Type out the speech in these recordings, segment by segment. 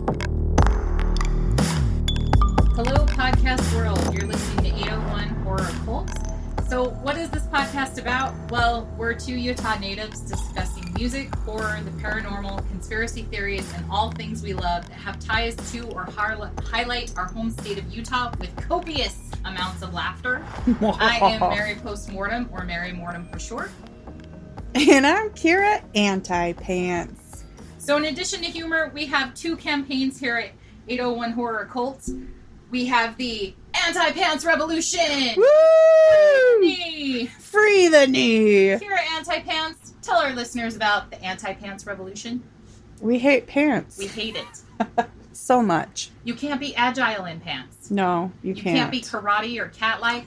oh So, what is this podcast about? Well, we're two Utah natives discussing music, horror, the paranormal, conspiracy theories, and all things we love that have ties to or har- highlight our home state of Utah with copious amounts of laughter. I am Mary Postmortem, or Mary Mortem for short. And I'm Kira Anti Pants. So, in addition to humor, we have two campaigns here at 801 Horror Cults. We have the Anti Pants Revolution. Woo! Yay! Free the knee. Here at Anti Pants, tell our listeners about the Anti Pants Revolution. We hate pants We hate it. so much. You can't be agile in pants. No, you, You be karate or cat like.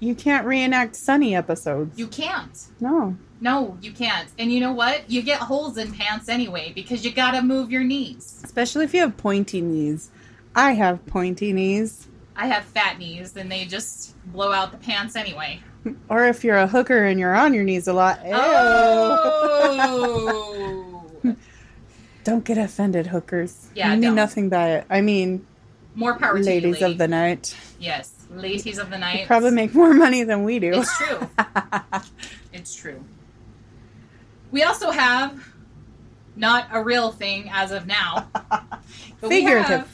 you can't reenact sunny episodes. You can't. no. No, you can't. And you know what? You get holes in pants anyway because you gotta move your knees. Especially if you have pointy knees. I have pointy knees. I have fat knees and they just blow out the pants anyway. Or if you're a hooker and you're on your knees a lot. ew. Oh! Don't get offended, hookers. Yeah, you mean don't. nothing by it. I mean, More power to you, ladies lady. of the night. Yes, ladies of the night. You probably make more money than we do. It's true. It's true. We also have not a real thing as of now. but we Figurative. have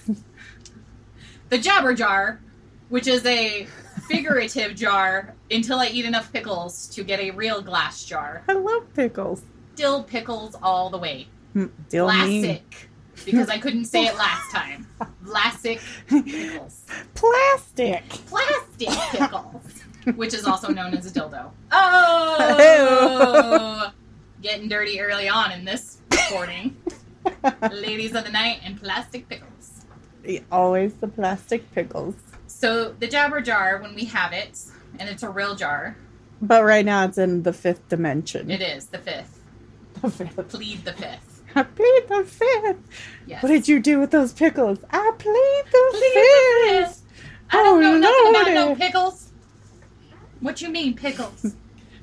the Jabber Jar, which is a figurative jar until I eat enough pickles to get a real glass jar. I love pickles. Still pickles all the way. Mm, Dill me. Vlasic. Because I couldn't say it last time. Vlasic pickles. Plastic. plastic pickles, which is also known as a dildo. Oh, getting dirty early on in this recording. Ladies of the night and plastic pickles. Always the plastic pickles. So the jabber jar, when we have it, and it's a real jar. But right now it's in the fifth dimension. It is the fifth. The fifth. Plead the fifth. I plead the fifth. Yes. What did you do with those pickles? I plead the Plead the fifth. fifth. I don't know Oh, nothing about no Lordy. pickles. What you mean pickles?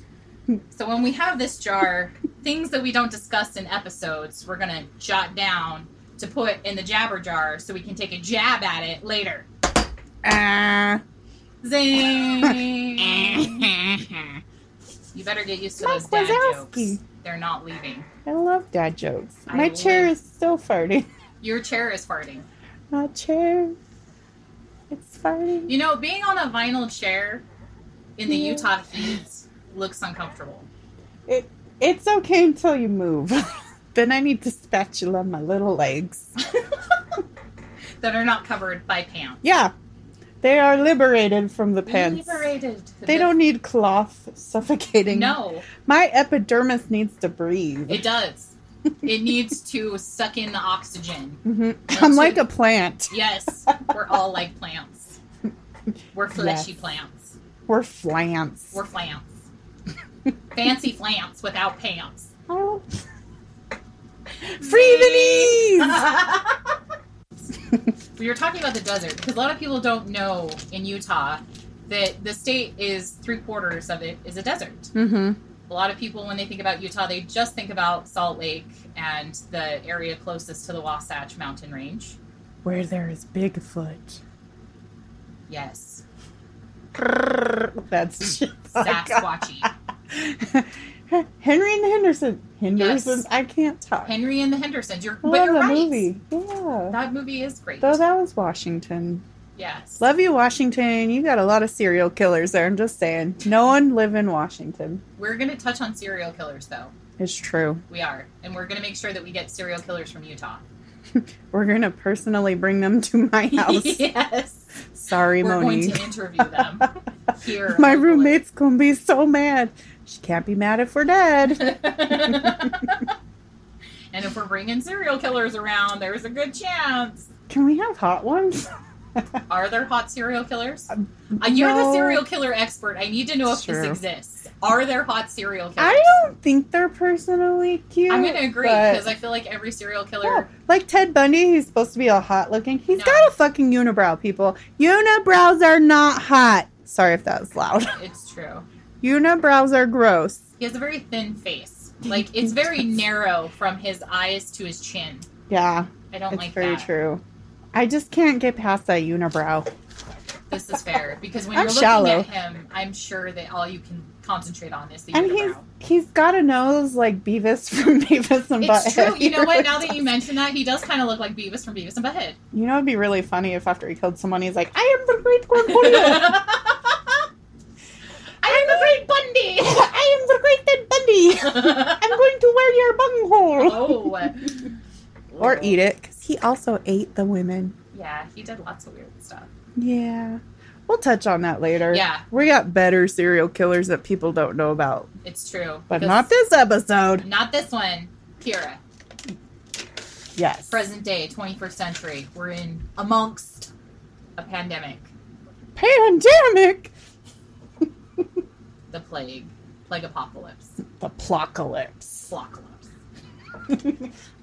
so when we have this jar, things that we don't discuss in episodes, we're gonna jot down to put in the jabber jar so we can take a jab at it later. Ah. Zing! you better get used to Mike those dad Wazowski. jokes. They're not leaving. I love dad jokes. I My chair love- is still farting. Your chair is farting. My chair. It's farting. You know, being on a vinyl chair in the Yeah. Utah heat looks uncomfortable. It it's okay until you move. then I need to spatula my little legs. That are not covered by pants. Yeah. They are liberated from the pants. Liberated. They don't need cloth suffocating. No, My epidermis needs to breathe. it does. it needs to suck in the oxygen. Mhm. Me I'm too. like a plant. Yes, we're all like plants. We're fleshy plants. We're flants. We're flants. Fancy flants without pants. Oh. Free the knees! we were talking about the desert because a lot of people don't know in Utah that the state is three quarters of it is a desert. mm-hmm. A lot of people, when they think about Utah, they just think about Salt Lake and the area closest to the Wasatch Mountain Range. Where there is Bigfoot. Yes, That's shit. Sasquatchy. Henry and the Henderson. Henderson. Yes. I can't talk. Henry and the Hendersons. You're, I but love you're that right. movie. Yeah. That movie is great. Though that was Washington. yes. Love you, Washington. You got a lot of serial killers there. I'm just saying. No one live in Washington. We're going to touch on serial killers, though. It's true. We are. And we're going to make sure that we get serial killers from Utah. We're gonna personally bring them to my house. yes. Sorry, We're going Monique. to uh, interview them here. My locally. roommate's gonna be so mad. She can't be mad if we're dead. and if we're bringing serial killers around, there's a good chance. Can we have hot ones? Are there hot serial killers? Uh, you're the Um, no. serial killer expert. I need to know if this Sure. exists. Are there hot serial killers? I don't think they're personally cute. I'm going to agree but- because I feel like every serial killer. Yeah, like Ted Bundy, he's supposed to be all hot looking. He's No. got a fucking unibrow, people. Unibrows are not hot. Sorry if that was loud. It's true. Unibrows are gross. He has a very thin face. Like it's very narrow from his eyes to his chin. Yeah. I don't It's like very that. true. I just can't get past that unibrow. This is fair because when I'm you're looking shallow. at him, I'm sure that all you can concentrate on is the And he's unibrow. he's got a nose like Beavis from Beavis and Butthead. It's true. He You know what? really Now that does. you mention that, he does kind of look like Beavis from Beavis and Butthead. You know, it'd be really funny if after he killed someone, he's like, "I am the Great Cornholio. I I am the Great Ted Bundy. am the Great Bundy. I'm going to wear your bunghole." oh. Or eat it, because he also ate the women. Yeah, he did lots of weird stuff. Yeah, we'll touch on that later. Yeah, We got better serial killers that people don't know about, it's true. but Because- not this episode. Not this one. Kira. Yes. Present day, 21st century. We're in amongst a pandemic. Pandemic. The plague. Plague apocalypse. The plocalypse. Apocalypse.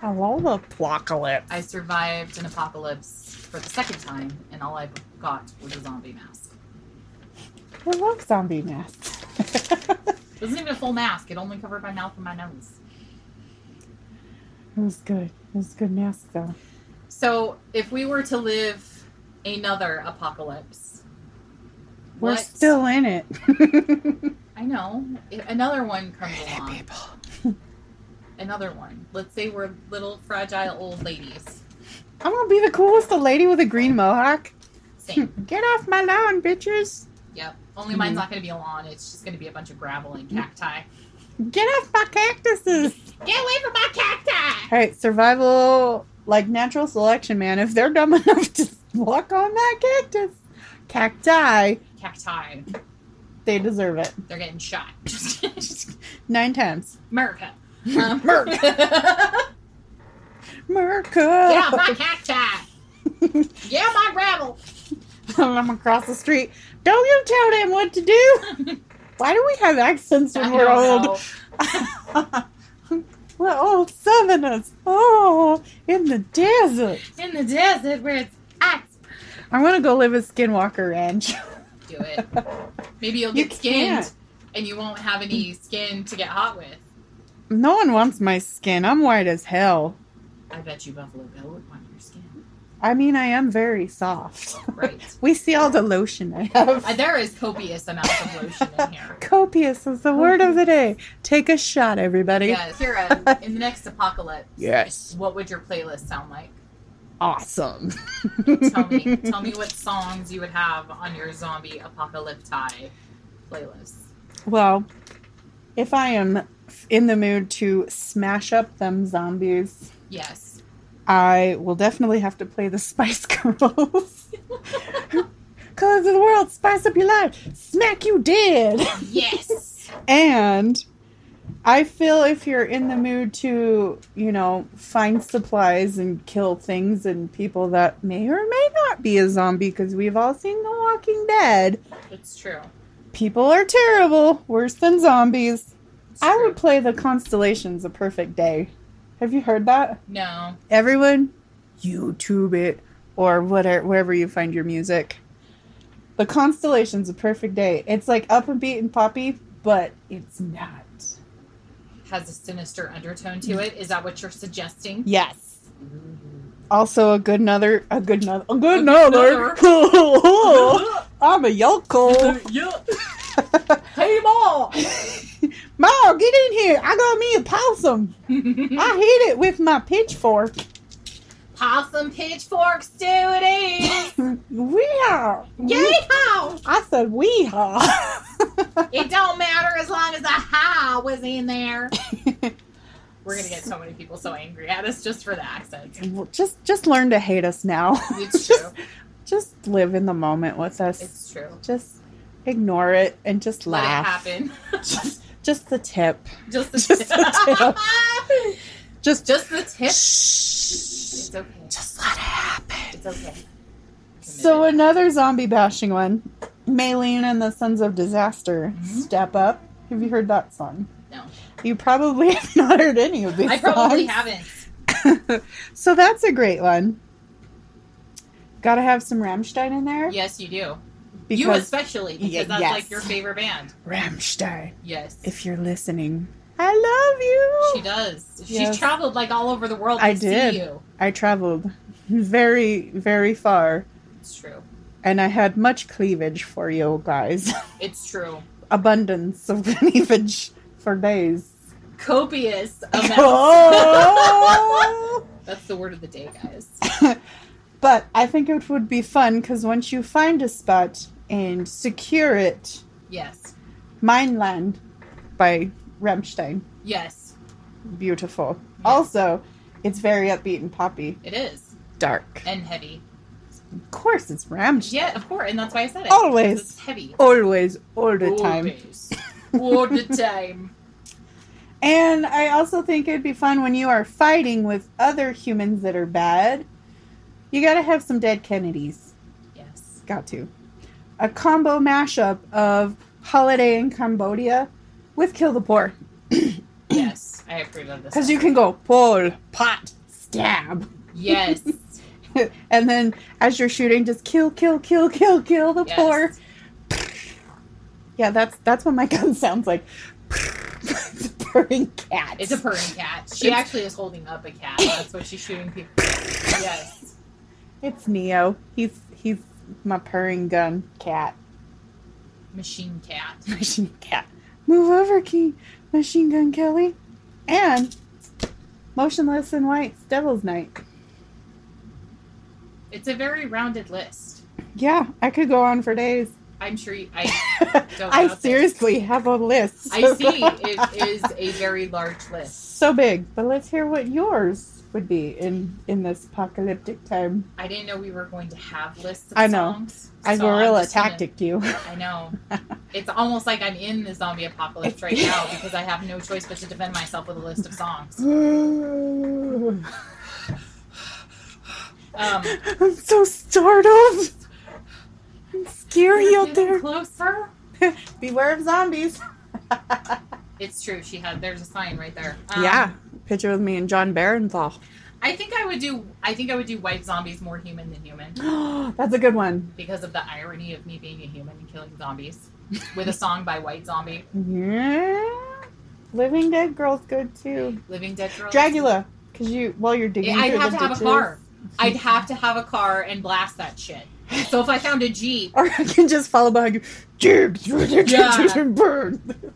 I love the plocalypse. I survived an apocalypse for the second time, and all I got was a zombie mask. I love zombie masks. It wasn't even a full mask. It only covered my mouth and my nose. it was good. It was a good mask though. So, if we were to live another apocalypse, We're what- still in it. I know. If another one comes along. people. Another one. Let's say we're little fragile old ladies. I'm gonna be the coolest old lady with a green mohawk. Same. Get off my lawn, bitches. yep. Only mine's not going to be a lawn. It's just going to be a bunch of gravel and cacti. Get off my cactuses. Get away from my cacti! All right, survival, like natural selection, man. If they're dumb enough to walk on that cactus, cacti, Cacti. they deserve it. They're getting shot. Just, just- Nine times. America. Um, America. yeah, Merca. my cacti. yeah, my gravel. I'm across the street. Don't you tell them what to do. Why do we have accents I when we're don't old? know. We're old southerners. Oh, in the desert. In the desert where it's ice. I want to go live at Skinwalker Ranch. Do it. Maybe you'll You get skinned can't. and you won't have any skin to get hot with. No one wants my skin. I'm white as hell. I bet you Buffalo Bill would want your skin. I mean, I am very soft. Right. We see all the lotion I have. Uh, there is copious amounts of lotion in here. Copious is the word of the day. Take a shot, everybody. Yes. Kira, in the next apocalypse, Yes. what would your playlist sound like? Awesome. Tell me, tell me what songs you would have on your zombie apocalypti playlist. Well, if I am in the mood to smash up them zombies, Yes. I will definitely have to play the Spice Girls. Colors of the world, spice up your life, smack you dead. Yes. And I feel if you're in the mood to, you know, find supplies and kill things and people that may or may not be a zombie, because we've all seen The Walking Dead, it's true. people are terrible, worse than zombies. It's I true. would play The Constellations A Perfect Day. Have you heard that? No. Everyone, YouTube it or whatever, wherever you find your music. The Constellations A Perfect Day. It's like up and beat and poppy, but it's not. Has a sinister undertone to it. Is that what you're suggesting? Yes. Also a good another a good another a good Another. another. I'm a yokel. Yeah. Hey, Ma! Ma, get in here. I got me a possum. I hit it with my pitchfork. Possum pitchforks, duty! We are. Yeehaw! I said we are. It don't matter as long as a ha was in there. We're gonna get so many people so angry at us just for the accent. Well, just just learn to hate us now. It's true. Just live in the moment with us. It's true. just ignore it and just Let it laugh. happen. Just just the tip. Just the Just the tip. Just just the tip. Shh. It's okay. Just let it happen. It's okay. So another zombie bashing one. Maylene and the Sons of Disaster. Mhm. Step up. Have you heard that song? No. You probably have not heard any of these. I probably songs. haven't. so that's a great one. Got to have some Ramstein in there Yes, you do. you because especially because Ye- that's yes. like your favorite band. Ramstein. Yes. If you're listening, I love you. she does. She Yes. traveled like all over the world. To I see did. you. I traveled very, very far It's true. And I had much cleavage for you guys. It's true. Abundance of cleavage for days. Copious amounts. Oh! That's the word of the day, guys. but I think it would be fun because once you find a spot and secure it, Yes. Mineland by Rammstein. Yes, Beautiful. Also, it's very upbeat and poppy. it is. Dark. And heavy. Of course, it's Rammstein. Yeah, of course. And that's why I said it. Always. Because It's heavy. Always, all the time. Always. All the time. And I also think it'd be fun when you are fighting with other humans that are bad. You gotta have some dead Kennedys. Yes. Got to. A combo mashup of Holiday in Cambodia with Kill the Poor. Yes. I approve of this. Because you can go pull, pot, stab. Yes. and then as you're shooting, just kill, kill, kill, kill, kill the Yes. poor. Yeah, that's that's what my gun sounds like. it's a purring cat. It's a purring cat. She It's- actually is holding up a cat. That's what she's shooting people. Yes. It's Neo. He's he's my purring gun cat. Machine cat. Machine cat. Move over, King. Machine Gun Kelly. And Motionless in White's Devil's Night. It's a very rounded list. Yeah, I could go on for days. I'm sure you, I Don't I doubt it. seriously have a list. I see it is a very large list. so big. But let's hear what yours would be in in this apocalyptic time. I didn't know we were going to have lists. Of I know. Songs, I so I'm gorilla just gonna- tactic you. I know. It's almost like I'm in the zombie apocalypse right now because I have no choice but to defend myself with a list of songs. I'm Um, so startled. It's scary we're out getting there. Closer. Beware of zombies. It's true. She had. There's a sign right there. Um, yeah, picture with me and John Barenthal. I think I would do. I think I would do white zombies more human than human That's a good one. because of the irony of me being a human and killing zombies with a song by White Zombie, Yeah. Living Dead Girl's good too. Living Dead Girl, Dragula, because you while you're digging I'd through have the to have a ditches. car. I'd have to have a car and blast that shit. So if I found a jeep, Or I can just follow behind you. Jib, through the Yeah. ditches and burn.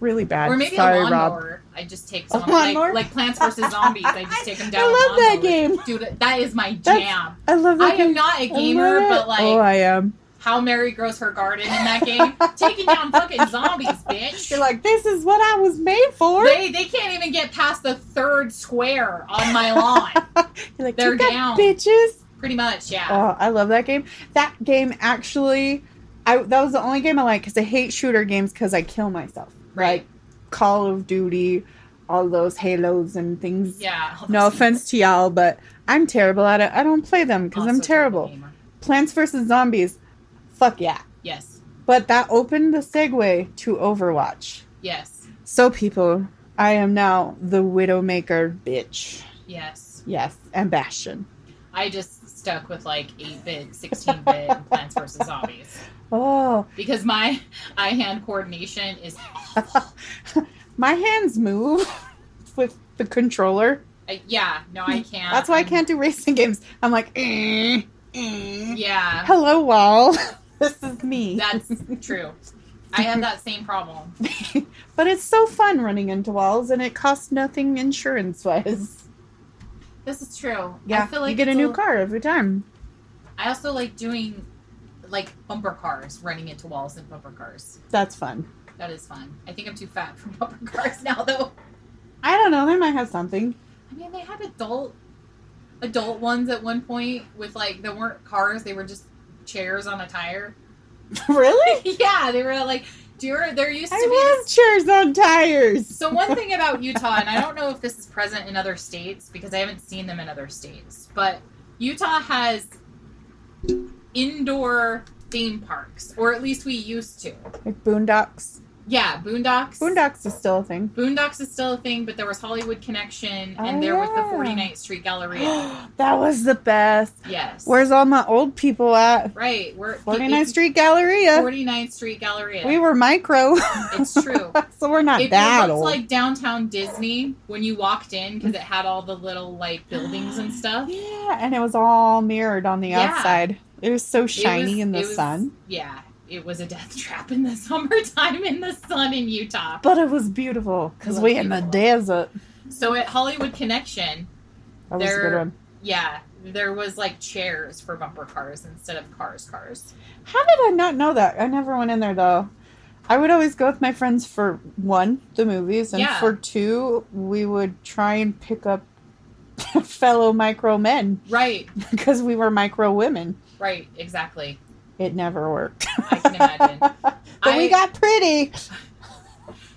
Really bad. or maybe Sorry, a Rob. lawnmower, I just take some lawnmower? like, like Plants vs Zombies. I just take them down. I with love that lawnmowers. game. dude. That is my That's- jam. I love that I game. am not a I love gamer, it. but like oh, I am. how Mary grows her garden in that game, taking down fucking zombies, bitch. You're like, this is what I was made for. They they can't even get past the third square on my lawn. You're like, They're "Take that, down. Ah. bitches. Pretty much, yeah. Oh, I love that game. That game actually, I that was the only game I like because I hate shooter games because I kill myself. Right. Like Call of Duty, all those Halos and things. yeah. No offense to y'all, but I'm terrible at it. I don't play them because I'm Also terrible. gamer. Plants vs. Zombies, fuck yeah. Yes. But that opened the segue to Overwatch. Yes. So, people, I am now the Widowmaker bitch. Yes. Yes, and Bastion. I just stuck with like 8 bit, 16 bit Plants vs. Zombies Oh, because my eye hand coordination is. my hands move with the controller. I, yeah, no, I can't. That's why I I'm- can't do racing games. I'm like, eh, eh. Yeah, hello, wall. this is me. that's true. I have that same problem. But it's so fun running into walls, and it costs nothing insurance wise. This is true. Yeah, I feel like you get a it's new car every time. I also like doing like bumper cars, running into walls in bumper cars. That's fun. That is fun. I think I'm too fat for bumper cars now, though. I don't know. They might have something. I mean, they had adult adult ones at one point with like they weren't cars; they were just chairs on a tire. really? yeah, they were like, do you, there used to be I love chairs on tires. So one thing about Utah, and I don't know if this is present in other states because I haven't seen them in other states, but Utah has indoor theme parks, or at least we used to. Like Boondocks. Yeah, Boondocks. Boondocks is still a thing. Boondocks is still a thing, but there was Hollywood Connection, and Oh, there was the yeah. 49th Street Galleria. that was the best. yes. Where's all my old people at? right? We're 49th Street Galleria. 49th Street Galleria. We were micro, it's true. so we're not It that looked old. like downtown Disney when you walked in because it had all the little like buildings and stuff. yeah, and it was all mirrored on the Yeah. outside. It was so shiny was- in the it was- sun, Yeah, it was a death trap in the summertime in the sun in Utah. but it was beautiful because was we in the beautiful. desert. So at Hollywood Connection, That was a good There- one. yeah, there was like chairs for bumper cars instead of cars cars. How did I not know that? I never went in there though. I would always go with my friends for one, the movies, and Yeah. for two, we would try and pick up fellow micro men Right, because we were micro women. right, exactly. It never worked. I can imagine. but we I- got pretty.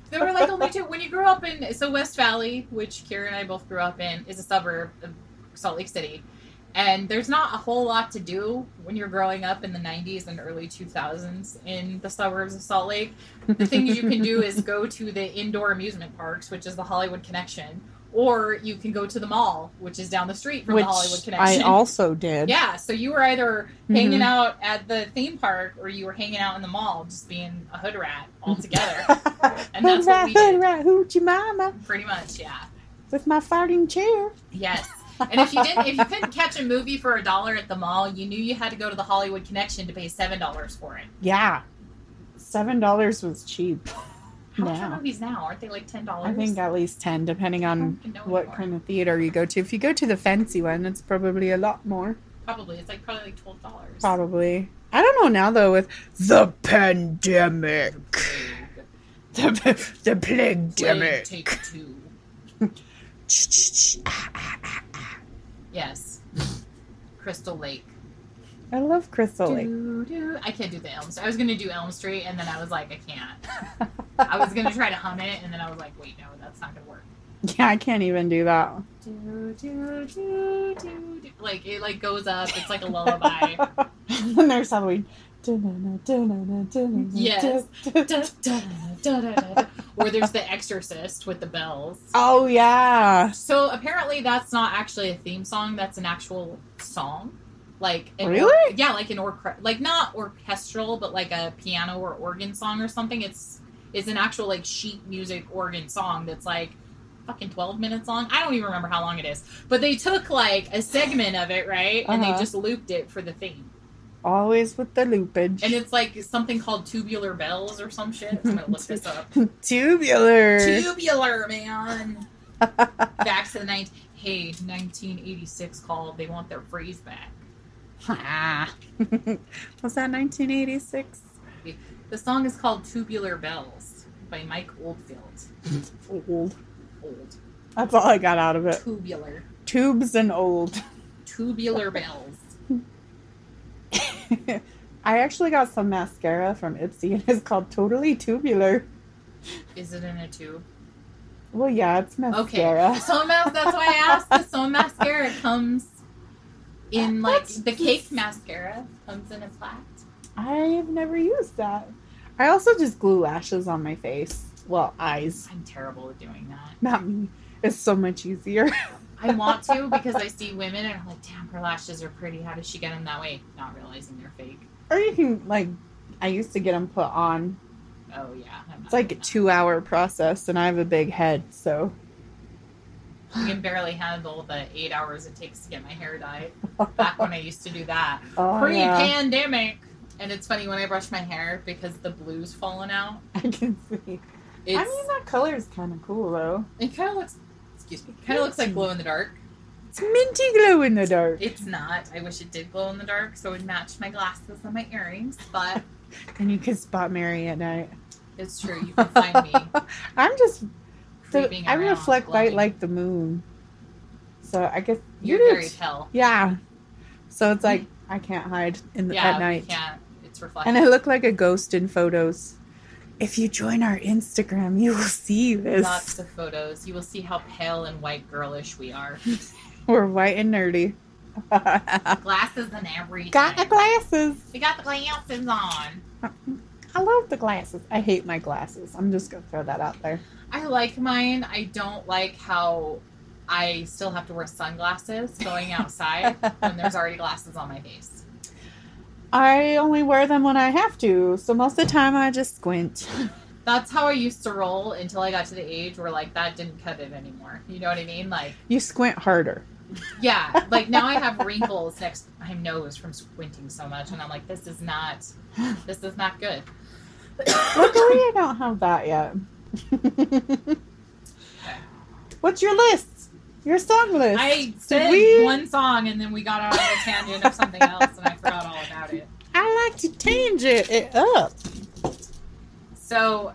There were like only two. When you grew up in so West Valley, which Kira and I both grew up in, is a suburb of Salt Lake City, and there's not a whole lot to do when you're growing up in the '90s and early 2000s in the suburbs of Salt Lake. The things you can do is go to the indoor amusement parks, which is the Hollywood Connection, or you can go to the mall, which is down the street from Which the Hollywood I Connection. also did. yeah, so you were either Mm-hmm. hanging out at the theme park or you were hanging out in the mall, just being a hood rat altogether. And that's what we did. Hoorah, hoochie mama Pretty much, yeah. with my farting chair. Yes. And if you didn't, if you couldn't catch a movie for a dollar at the mall, you knew you had to go to the Hollywood Connection to pay seven dollars for it. Yeah. Seven dollars was cheap. How much are Wow. movies now? Aren't they like ten dollars? I think at least ten, depending on what kind of theater you go to. If you go to the fancy one, it's probably a lot more. Probably it's like probably like twelve dollars. Probably. I don't know now though with the pandemic. The, p- the plague Take two. Yes. Crystal Lake. I love Crystal Lake. Doo, doo. I can't do the Elm Street. I was gonna do Elm Street, and then I was like, I can't. I was gonna try to hum it, and then I was like, wait, no, that's not gonna work. Yeah, I can't even do that. Do, do, do, do, do. Like it like goes up. It's like a lullaby. and then there's Halloween. Dun-dun-dun, dun-dun-dun, dun-dun-dun, Yes. dun-dun. Da, da, da, da, da, da. Or there's the Exorcist with the bells. Oh yeah. So apparently that's not actually a theme song. That's an actual song. Like an or- Really? yeah, like an or like not orchestral, but like a piano or organ song or something. It's it's an actual like sheet music organ song that's like fucking 12 minutes long. I don't even remember how long it is. But they took like a segment of it, right? And they Uh-huh. just looped it for the theme. Always with the loopage. And it's like something called tubular bells or some shit. I'm gonna look this up. tubular. Tubular man. back to the night. Hey, 1986 called. They want their phrase back. Was that 1986? The song is called "Tubular Bells" by Mike Oldfield. Old. Old That's all I got out of it. tubular, Tubes and old. tubular bells. I actually got some mascara from Ipsy and it's called Totally Tubular. Is it in a tube? Well, yeah, it's Okay. mascara. So mas- that's why I asked. The so mascara comes in like That's- the cake mascara comes in a flat. I've never used that. I also just glue lashes on my face. Well, eyes. I'm terrible at doing that. Not me. It's so much easier. I want to because I see women and I'm like, damn, her lashes are pretty. How does she get them that way? Not realizing they're fake. or you can, like, I used to get them put on. Oh yeah, I'm not It's like a doing that. two hour process, and I have a big head, so. I can barely handle the eight hours it takes to get my hair dyed. Back when I used to do that Oh, yeah. pre-pandemic, and it's funny when I brush my hair because the blue's fallen out. I can see. It's I mean, that color's kind of cool, though. it kind of looks. Excuse me. Kind of looks like glow in the dark. It's minty glow in the dark. It's not. I wish it did glow in the dark so it would match my glasses and my earrings. But And you can spot Mary at night. it's true. You can find me I'm just. creeping I around, reflect light glowing. like the moon. So I guess you you're do very t- pale. Yeah. So it's like I can't hide in the, yeah, at night. Yeah, it's reflective. And I look like a ghost in photos. If you join our Instagram, you will see this. Lots of photos. You will see how pale and white girlish we are. We're white and nerdy. Got Glasses and everything. the glasses. we got the glasses on. I love the glasses. I hate my glasses. I'm just gonna throw that out there. I like mine. I don't like how I still have to wear sunglasses going outside when there's already glasses on my face. I only wear them when I have to, so most of the time I just squint. That's how I used to roll until I got to the age where like that didn't cut it anymore. You know what I mean? Like You squint harder. Yeah, like now I have wrinkles next to my nose from squinting so much, and I'm like, this is not, this is not good. Luckily, I don't have that yet. What's your list? Your song list. I Did said we- one song, and then we got on a tangent of something else, and I forgot all about it. I like to change it, it up. So,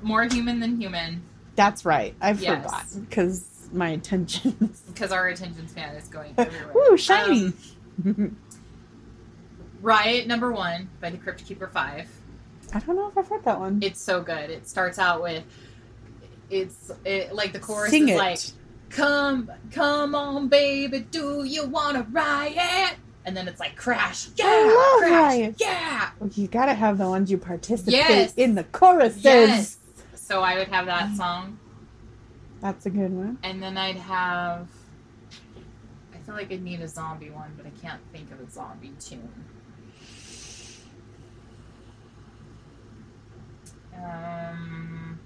more human than human, That's right. I Yes. forgot because my attention is because our attention span is going everywhere. Um, Ooh, shiny. Riot number one by the Crypt Keeper Five. I don't know if I've heard that one. It's so good. It starts out with, it's it, like the chorus Sing is it. like, "Come, come on, baby, do you wanna riot?" And then it's like, "Crash, yeah, love crash, Riot. yeah." you gotta have the ones you participate Yes. in the choruses. Yes. So I would have that song, That's a good one. and then I'd have. I feel like I'd need a zombie one, but I can't think of a zombie tune. Um.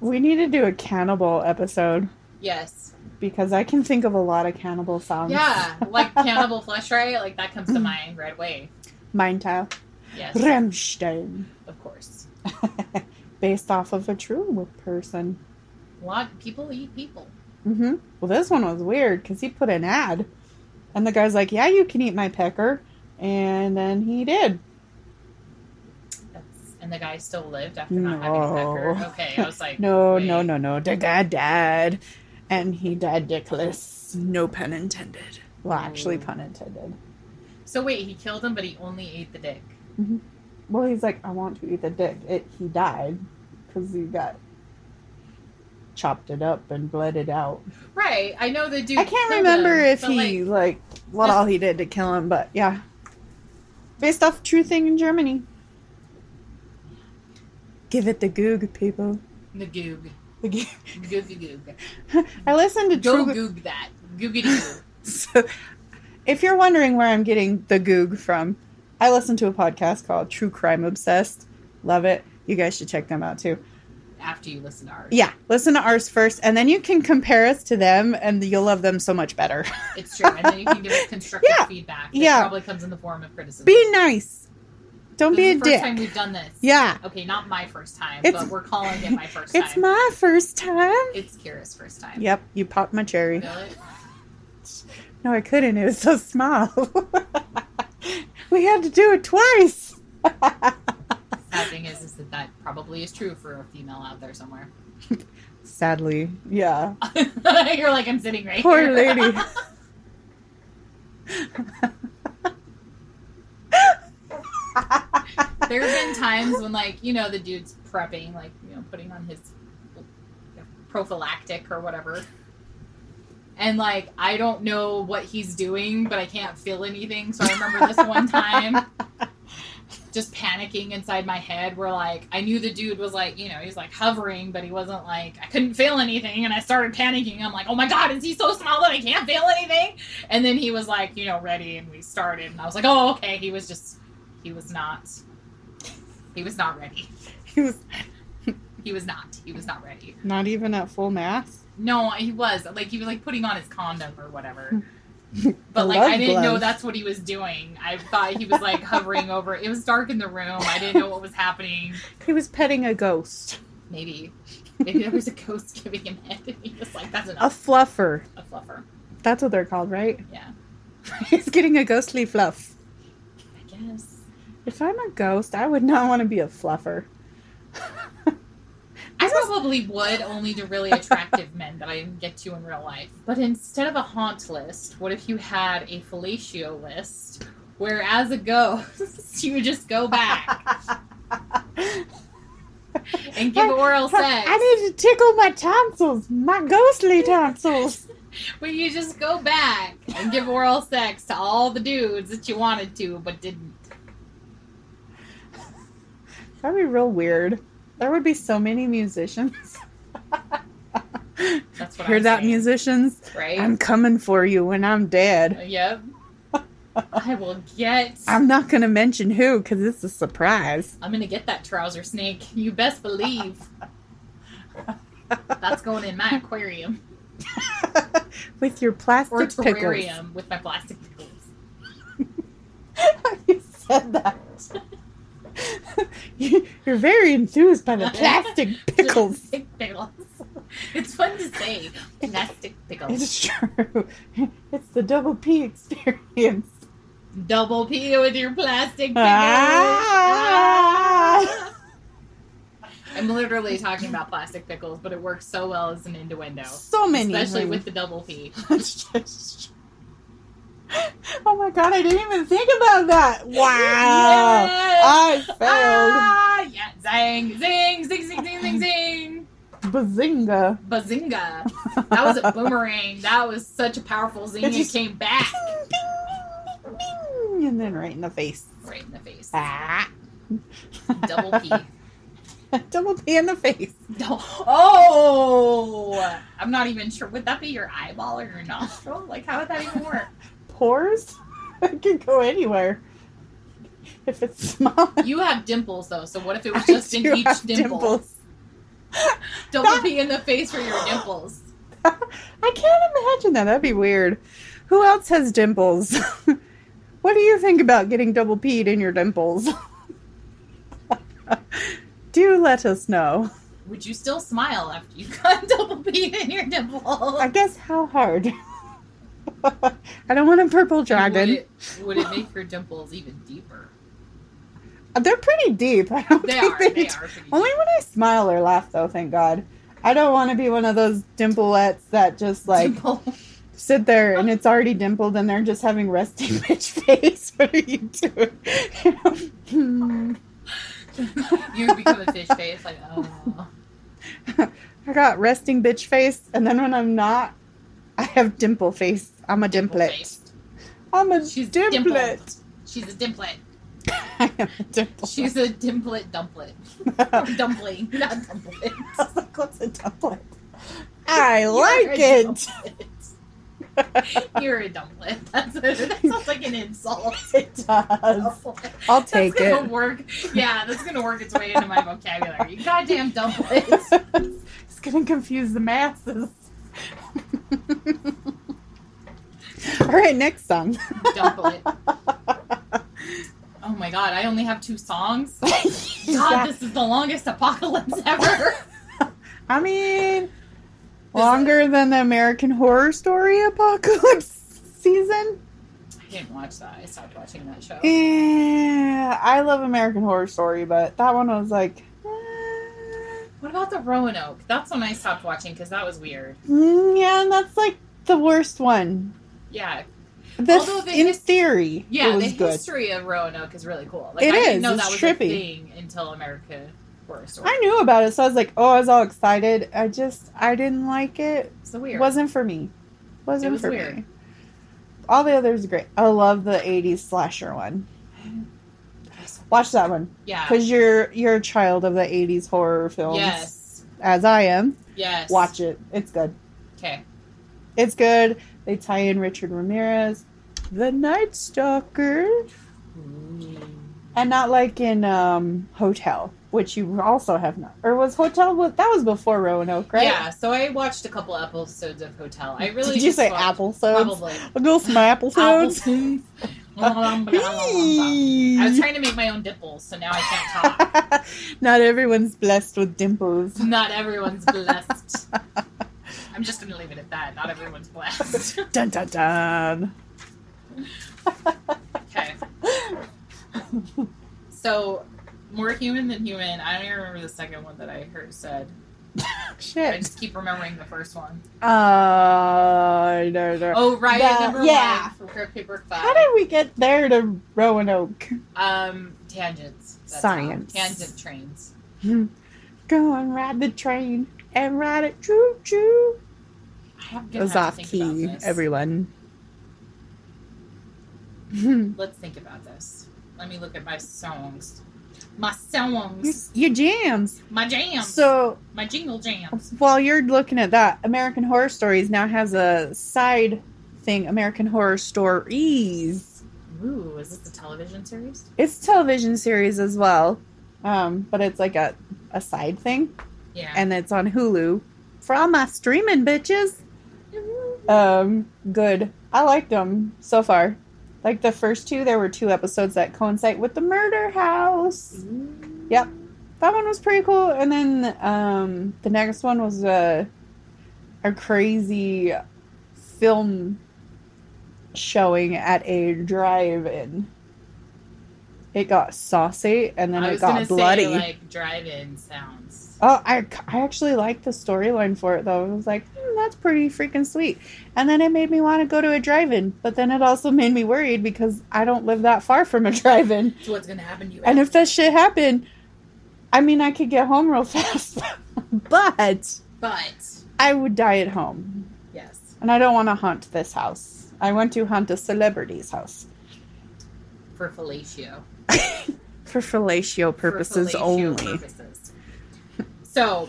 we need to do a cannibal episode Yes. because I can think of a lot of cannibal songs. Yeah, like Cannibal Flesh Riot, like that comes to mind right away. Mind Tile. Yes, Rammstein. of course. Based off of a true person. A lot people eat people. hmm Well, this one was weird because he put an ad, and the guy's like, "Yeah, you can eat my pecker," and then he did. That's and the guy still lived after not having a pecker. No. Okay, I was like, No, wait. no, no, no. The guy died, and he died dickless. No pun intended. Well, actually, Ooh. pun intended. So wait, he killed him, but he only ate the dick. Well, he's like, "I want to eat the dick." It, he died because he got chopped it up and bled it out. Right. I know the dude. I can't killed remember him, if but, he like, like what all he did to kill him, but yeah. Based off true thing in Germany. Give it the goog, people. the goog, The goog. goog, goog, I listened to go true. goog that googity goo. So, if you're wondering where I'm getting the goog from, I listen to a podcast called True Crime Obsessed. Love it. You guys should check them out too. After you listen to ours, Yeah, listen to ours first, and then you can compare us to them, and you'll love them so much better. it's true. And then you can give us constructive Yeah. feedback. Yeah. yeah, probably comes in the form of criticism. be nice. Don't This be is a the first dick. time we've done this. yeah. Okay, not my first time, It's- but we're calling it my first It's time. my first time. It's Kira's first time. Yep, you popped my cherry. Feel it? No, I couldn't. It was so small. we had to do it twice. Sad thing is, is that that probably is true for a female out there somewhere. Sadly, yeah. You're like, I'm sitting right Poor here. lady. there have been times when, like, you know, the dude's prepping, like, you know, putting on his prophylactic or whatever. And, like, I don't know what he's doing, but I can't feel anything. So I remember this one time just panicking inside my head where, like, I knew the dude was, like, you know, he's, like, hovering, but he wasn't, like, I couldn't feel anything. And I started panicking. I'm like, oh my God, is he so small that I can't feel anything? And then he was, like, you know, ready. And we started. And I was like, oh, okay. He was just, he was not, he was not ready. he was He was not. He was not ready. not even at full mass. No, he was like he was like putting on his condom or whatever. The But like love I didn't know glove. that's what he was doing. I thought he was like hovering over. It was dark in the room. I didn't know what was happening. He was petting a ghost, Maybe maybe there was a ghost giving him head, and he was like, "That's a enough, fluffer. a fluffer." That's what they're called, right? Yeah, He's getting a ghostly fluff. I guess. If I'm a ghost, I would not want to be a fluffer. I probably would only to really attractive men that I didn't get to in real life. But instead of a haunt list, what if you had a fellatio list? Where as a ghost, you would just go back and give oral sex. I need to tickle my tonsils, my ghostly tonsils. Well, you just go back and give oral sex to all the dudes that you wanted to but didn't. That'd be real weird. There would be so many musicians. That's what Hear I'm that, saying, musicians? right? I'm coming for you when I'm dead. Yep. I will get. I'm not going to mention who because it's a surprise. I'm gonna get that trouser snake. You best believe. That's going in my aquarium With your or plastic terrarium pickles. with my plastic pickles. you said that. You- You're very enthused by the plastic pickles. Plastic pickles. It's fun to say. Plastic pickles. It's true. It's the double P experience. Double P with your plastic pickles. Ah. I'm literally talking about plastic pickles, but it works so well as an innuendo. So many. Especially things. with the double P. It's just- oh my god, I didn't even think about that. Wow. Yes! I Ah, failed. Ah, yeah. Zang, zing, zing, zing, zing, zing, zing. Bazinga. Bazinga. That was a boomerang. That was such a powerful zing. It It, just- came back Bing, bing, bing, bing, bing, and then right in the face. right in the face. Ah. Double P. Double P in the face. No. Oh! I'm not even sure. Would that be your eyeball or your nostril? Like, how would that even work? Pores? It could go anywhere. If it's small. You have dimples, though, so what if it was I just in do each have dimple? dimples. Double P in the face for your dimples. I can't imagine that. That'd be weird. Who else has dimples? what do you think about getting double peed in your dimples? do let us know. Would you still smile after you got double P in your dimple? I guess how hard? I don't want a purple Would dragon. it, would it make your dimples even deeper? They're pretty deep. I don't They think are. they They do- are. pretty Only when I smile or laugh, though. Thank God. I don't want to be one of those dimpleettes that just like dimple. sit there and it's already dimpled and they're just having resting bitch face. What are you doing? Hmm. you become a fish face. Like, oh. I got resting bitch face, and then when I'm not, I have dimple face. I'm a Dimple dimplet. face. I'm a She's dimplet. dimpled. She's a dimplet. I am a dimple. She's a dimplet dumplet. Or I dumpling, not dumplet. was like, what's a dimplet? I You're like a it. dumplet. You're a dumplet. That's a, that sounds like an insult. It does. Dumplet. I'll That's take gonna it. work. Yeah, that's gonna work its way into my vocabulary. You goddamn dumplet. it's gonna confuse the masses. All right, next song. dumplet. Oh my god, I only have two songs. God, Yeah. this is the longest apocalypse ever. I mean, longer than the American Horror Story apocalypse season. I didn't watch that. I stopped watching that show. Yeah, Eh, I love American Horror Story, but that one was like, eh, What about the Roanoke? That's when I stopped watching because that was weird. mm, yeah, and that's like the worst one. Yeah, This, Although the in his- theory, yeah. it was The good. history of Roanoke is really cool. Like It I is, didn't know it's that was trippy. a thing until America Horror Story. I knew about it, so I was like, oh, I was all excited. I just, I didn't like it. It's so weird. Wasn't for me. Wasn't It was for weird. me. All the others are great. I love the '80s slasher one. Watch that one. Yeah. because you're you're a child of the 80s horror films Yes. as i am Yes. watch it it's good Okay. it's good they tie in richard ramirez the night stalker and not like in um hotel which you also have not or was hotel was that was before roanoke right Yeah. So I watched a couple episodes of Hotel. I really did you just say watched- apple Probably. i'll go with my apple soaps Appleton. I was trying to make my own dimples, so now I can't talk. not everyone's blessed with dimples Not everyone's blessed. I'm just gonna leave it at that. Not everyone's blessed. dun dun dun Okay. So more human than human. I don't even remember the second one that I heard said. I shit just keep remembering the first one. Uh, no, no. Oh, riot The- number yeah. one from Crypt Paper How Five. did we get there to Roanoke? Um, tangents. That's Science. How. Tangent trains. Go and ride the train and ride it choo choo. I have It gonna was have to think off key, about this. everyone. Let's think about this. Let me look at my songs. My songs. Your jams. My jams. So my jingle jams. while you're looking at that, American Horror Stories now has a side thing, American Horror Stories. Ooh, is this a television series? It's television series as well, um, but it's like a, a side thing, Yeah. and it's on Hulu. For all my streaming bitches, um, good. I liked them so far. Like the first two, there were two episodes that coincide with the murder house. Yep. That one was pretty cool, and then um, the next one was a a crazy film showing at a drive-in. It got saucy, and then I it was got gonna bloody. say like drive-in sounds. Oh, I, I actually liked the storyline for it though. I was like, hmm, that's pretty freaking sweet. And then it made me want to go to a drive-in, but then it also made me worried because I don't live that far from a drive-in. So what's gonna happen to you? And if that shit happened, I mean, I could get home real fast, but but I would die at home, yes, and I don't want to haunt this house. I want to haunt a celebrity's house for fellatio. for fellatio For purposes fellatio only. purposes. So,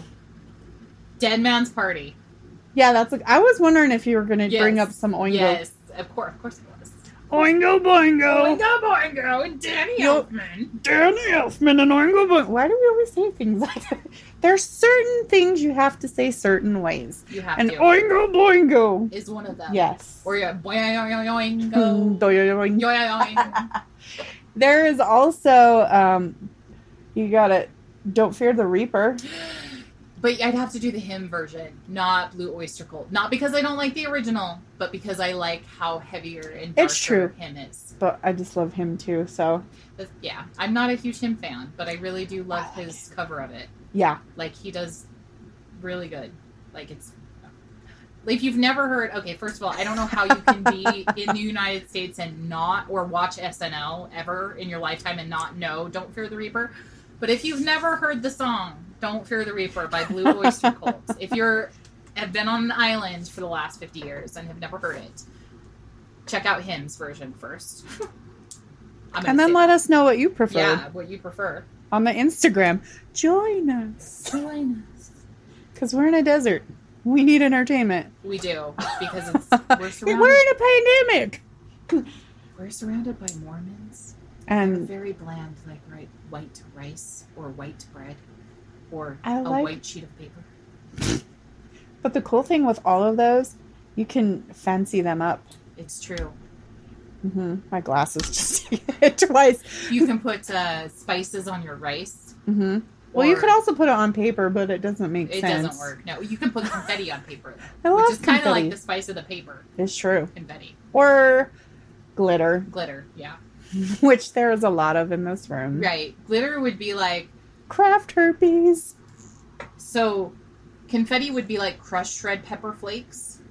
dead man's party. Yeah, that's. Like, I was wondering if you were going to bring Yes. up some oingo, Yes, of course, of course it was. Oh oingo, boingo. Boingo, boingo, and Danny Yo- Elfman. Danny Elfman and Oingo Boingo. Why do we always say things like that? There's certain things you have to say certain ways. You have And to. Oingo Boingo. is one of them. Yes. Or yeah, boingo, boingo, Mm, doyoyoing. boingo. There is also, um, you got it. Don't fear the Reaper. But I'd have to do the hymn version, not Blue Oyster Cult. Not because I don't like the original, but because I like how heavier and darker It's true. hymn is. But I just love him too. So But yeah, I'm not a huge hymn fan, but I really do love his cover of it. yeah, Like he does really good. Like it's like if you've never heard. Okay, first of all, I don't know how you can be in the United States and not or watch SNL ever in your lifetime and not know "Don't Fear the Reaper." But if you've never heard the song "Don't Fear the Reaper" by Blue Oyster Cult, if you're have been on an island for the last 50 years and have never heard it, check out him's version first. I'm gonna and then say- let us know what you prefer yeah what you prefer. on the Instagram. Join us Join us. because we're in a desert. We need entertainment. We do because it's, we're surrounded. We're in a pandemic. We're surrounded by Mormons. They're And very bland, like right, white rice or white bread or I a like- white sheet of paper. But the cool thing with all of those, you can fancy them up. It's true. Mm-hmm. hmm My glasses just hit twice. You can put uh, spices on your rice. hmm Well, you Mm-hmm. or- could also put it on paper, but it doesn't make It sense. doesn't work. No, you can put confetti on paper, I though, love which is kind of confetti. like the spice of the paper. It's true. Confetti, Or glitter, glitter, yeah, which there is a lot of in this room. right. Glitter would be like Craft herpes. So, confetti would be like crushed red pepper flakes,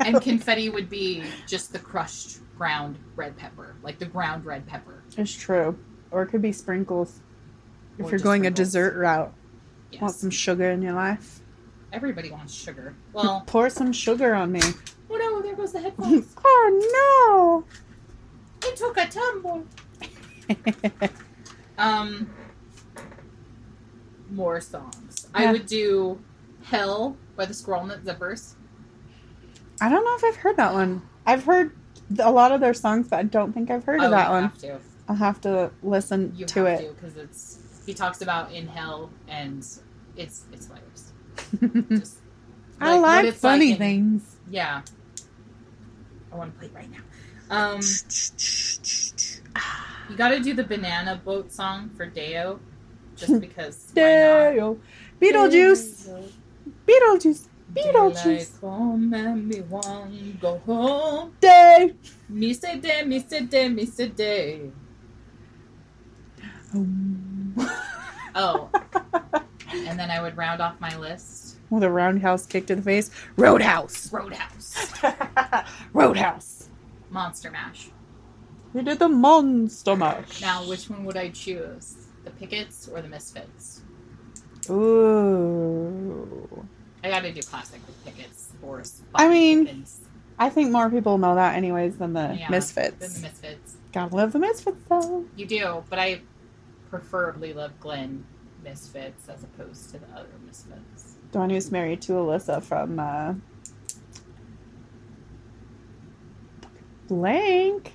and confetti would be just the crushed ground red pepper, like the ground red pepper. It's true. Or it could be sprinkles. If Or you're just going a sprinkles. dessert route, Yes, want some sugar in your life? everybody wants sugar. Well, Pour some sugar on me. oh no, there goes the headphones. oh it took a tumble. no! Um, more songs. I Yeah. would do "Hell" by the Squirrelnut Zippers. I don't know if I've heard that one. I've heard th- a lot of their songs, but I don't think I've heard Oh, of that you one. Have to. I'll have to listen You to have it. because it's he talks about in hell and it's it's hilarious. Just, Hmm. I what like, it's funny in- things. Yeah. I want to play it right now. Um, you got to do the banana boat song for Deo, just because. why not? Dale. Hmm. Beetlejuice. Beetlejuice. Beetlejuice. Daylight Come and me one go home. Day. Me say day, me say day, me say day. Oh, and then I would round off my list. With a roundhouse kick to the face. Roadhouse. Roadhouse, Roadhouse. Monster Mash. You did the monster mash. Now, which one would I choose? The Pickets or the Misfits? Ooh. I gotta do classic with Pickets or Spot I mean, Pickens I think more people know that anyways than the Yeah, than Misfits. the Misfits. Gotta love the Misfits though. You do, but I preferably love Glenn Misfits as opposed to the other Misfits. The one who's married to Alyssa from uh blank.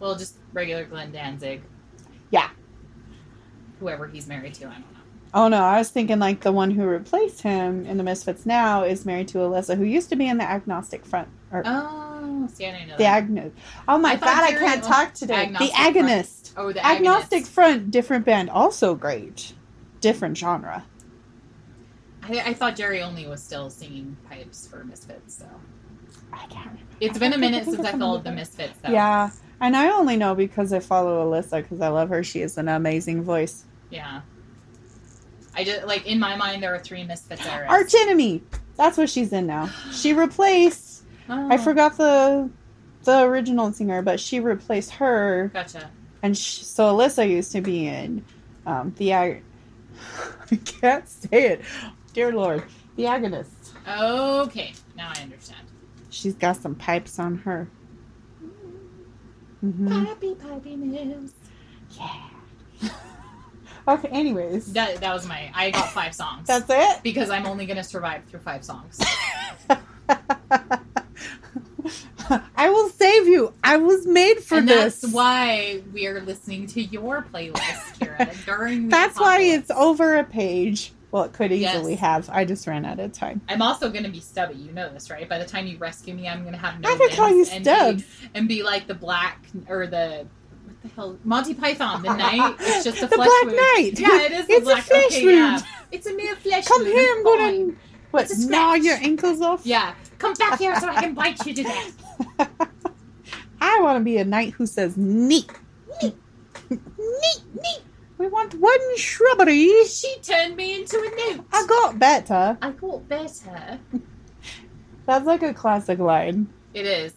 Well, just regular Glenn Danzig. Yeah. Whoever he's married to, I don't know. Oh no, I was thinking like the one who replaced him in the Misfits now is married to Alyssa, who used to be in the Agnostic Front or Oh, see, I didn't know the that. Agno. Oh my I thought god, I you were- can't talk today. Agnostic the Front. Agonist. oh, the Agnostic agonist. Front, different band, also great, different genre. I, I thought Jerry only was still singing pipes for Misfits, so I can't. Remember. it's I been a don't think- I minute think since it's I been a followed the minute. Misfits. Though. Yeah, and I only know because I follow Alyssa because I love her. She is an amazing voice. yeah. I just like in my mind there are three Misfits artists. Arch Enemy. That's what she's in now. She replaced. Oh, I forgot the the original singer, but she replaced her. Gotcha. And sh so Alyssa used to be in um, the Ag- I can't say it, dear Lord, the Agonist. Okay, now I understand. She's got some pipes on her. Mhm. Happy pipey news. Yeah. okay. Anyways, That that was my. I got five songs. that's it. because I'm only gonna survive through five songs. I will save you. I was made for and this. that's why we are listening to your playlist, Kira. during the That's why apocalypse. it's over a page. Well, it could Yes. easily have. I just ran out of time. I'm also gonna be stubby. You know this, right? By the time you rescue me, I'm gonna have no. I could call you limbs and be- Stubbs. and be like the black or the what the hell Monty Python. The knight. It's just a The flesh Black wound. Knight. Yeah, it is. the It's a black, flesh okay, yeah. wound. It's a mere flesh Come wound. here, I'm fine. gonna what It's a gnaw scratch. your ankles off. Yeah, come back here so I can bite you to death. I want to be a knight who says neat, neat, neat, neat. We want one shrubbery. She turned me into a newt. I got better. I got better. That's like a classic line. It is.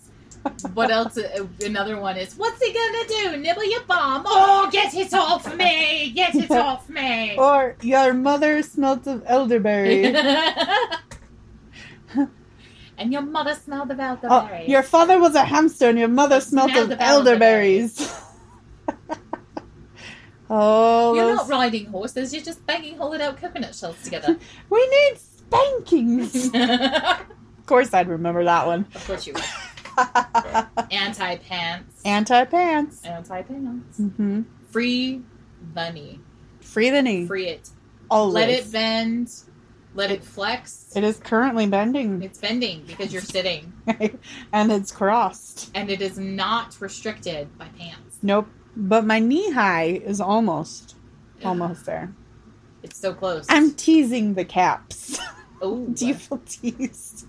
What else? uh, Another one is, what's he gonna do? Nibble your bomb? Oh, get it off me! Get it off me! Or your mother smelt of elderberry. and your mother smelled of Oh, elderberries. your father was a hamster and your mother smelt Smelled of of elderberries. oh, You're not those- riding horses. You're just banging hollowed out coconut shells together. we need spankings. of of course, I'd remember that one. course you would. Anti pants. Anti pants. Anti pants. hmm Free the knee. Free the knee. Free it. Always. Let it bend. Let it flex. It is currently bending It's bending because you're sitting. and it's crossed. and it is not restricted by pants. Nope. But my knee high is almost, almost there. It's so close. I'm teasing the caps. Oh, Do you feel teased?